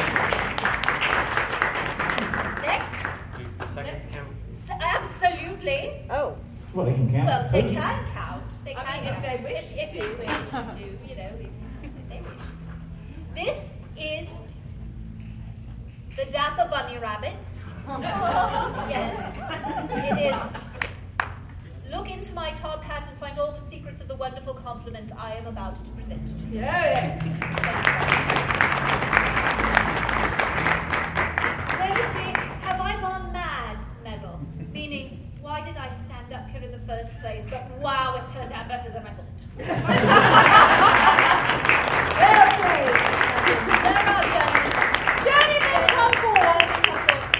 [SPEAKER 1] Next.
[SPEAKER 27] Do the seconds count?
[SPEAKER 1] S- Absolutely.
[SPEAKER 5] Oh.
[SPEAKER 4] Well, they can count.
[SPEAKER 1] Well, they
[SPEAKER 4] too.
[SPEAKER 1] can count. They
[SPEAKER 2] I
[SPEAKER 1] can
[SPEAKER 2] mean, if
[SPEAKER 1] count.
[SPEAKER 2] they wish
[SPEAKER 1] if, if they wish to, you know, if, if they wish. This is the Dapper Bunny Rabbit. yes, it is. Look into my top hat and find all the secrets of the wonderful compliments I am about to present to you.
[SPEAKER 2] Yes.
[SPEAKER 1] There is the Have I Gone Mad medal, meaning, why did I stand up here in the first place? But wow, it turned out better than I thought.
[SPEAKER 2] Journeymen, come forth.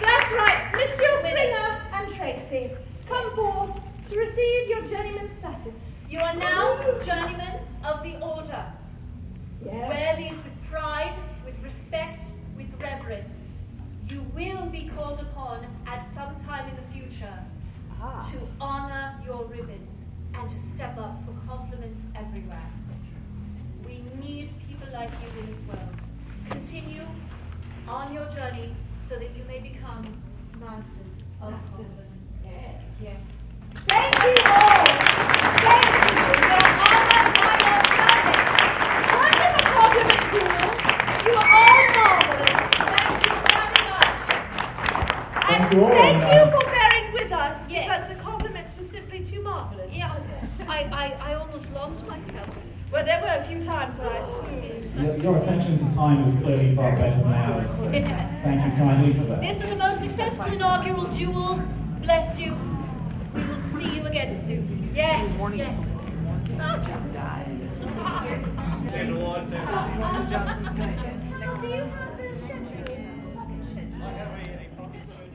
[SPEAKER 2] That's right, Monsieur Springer and Tracy. Come forth to receive your journeyman status.
[SPEAKER 1] You are now journeymen of the order. Wear these with pride, with respect, with reverence. You will be called upon at some time in the future to honor your ribbon and to step up for compliments everywhere. We need people like you in this world. Continue on your journey so that you may become masters of masters. Yes. Yes.
[SPEAKER 2] Thank you all. Thank you. You are honored by your service. Wonderful compliment, Jewel. You are all marvelous. Thank
[SPEAKER 1] you
[SPEAKER 2] you very much. And
[SPEAKER 1] all.
[SPEAKER 2] thank you for bearing with us because the compliments were simply too marvelous.
[SPEAKER 1] Yeah, I, I, I almost lost myself.
[SPEAKER 2] Well, there were a few times when I sneezed.
[SPEAKER 3] Your- Your attention to time is clearly far better than ours. Thank you kindly for that.
[SPEAKER 1] This was the most successful inaugural duel. Bless you. We will see you again soon. Yes. Yes. I just died. Do you have the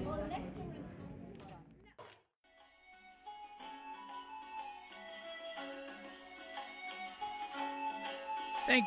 [SPEAKER 1] Well, next door is
[SPEAKER 8] Thank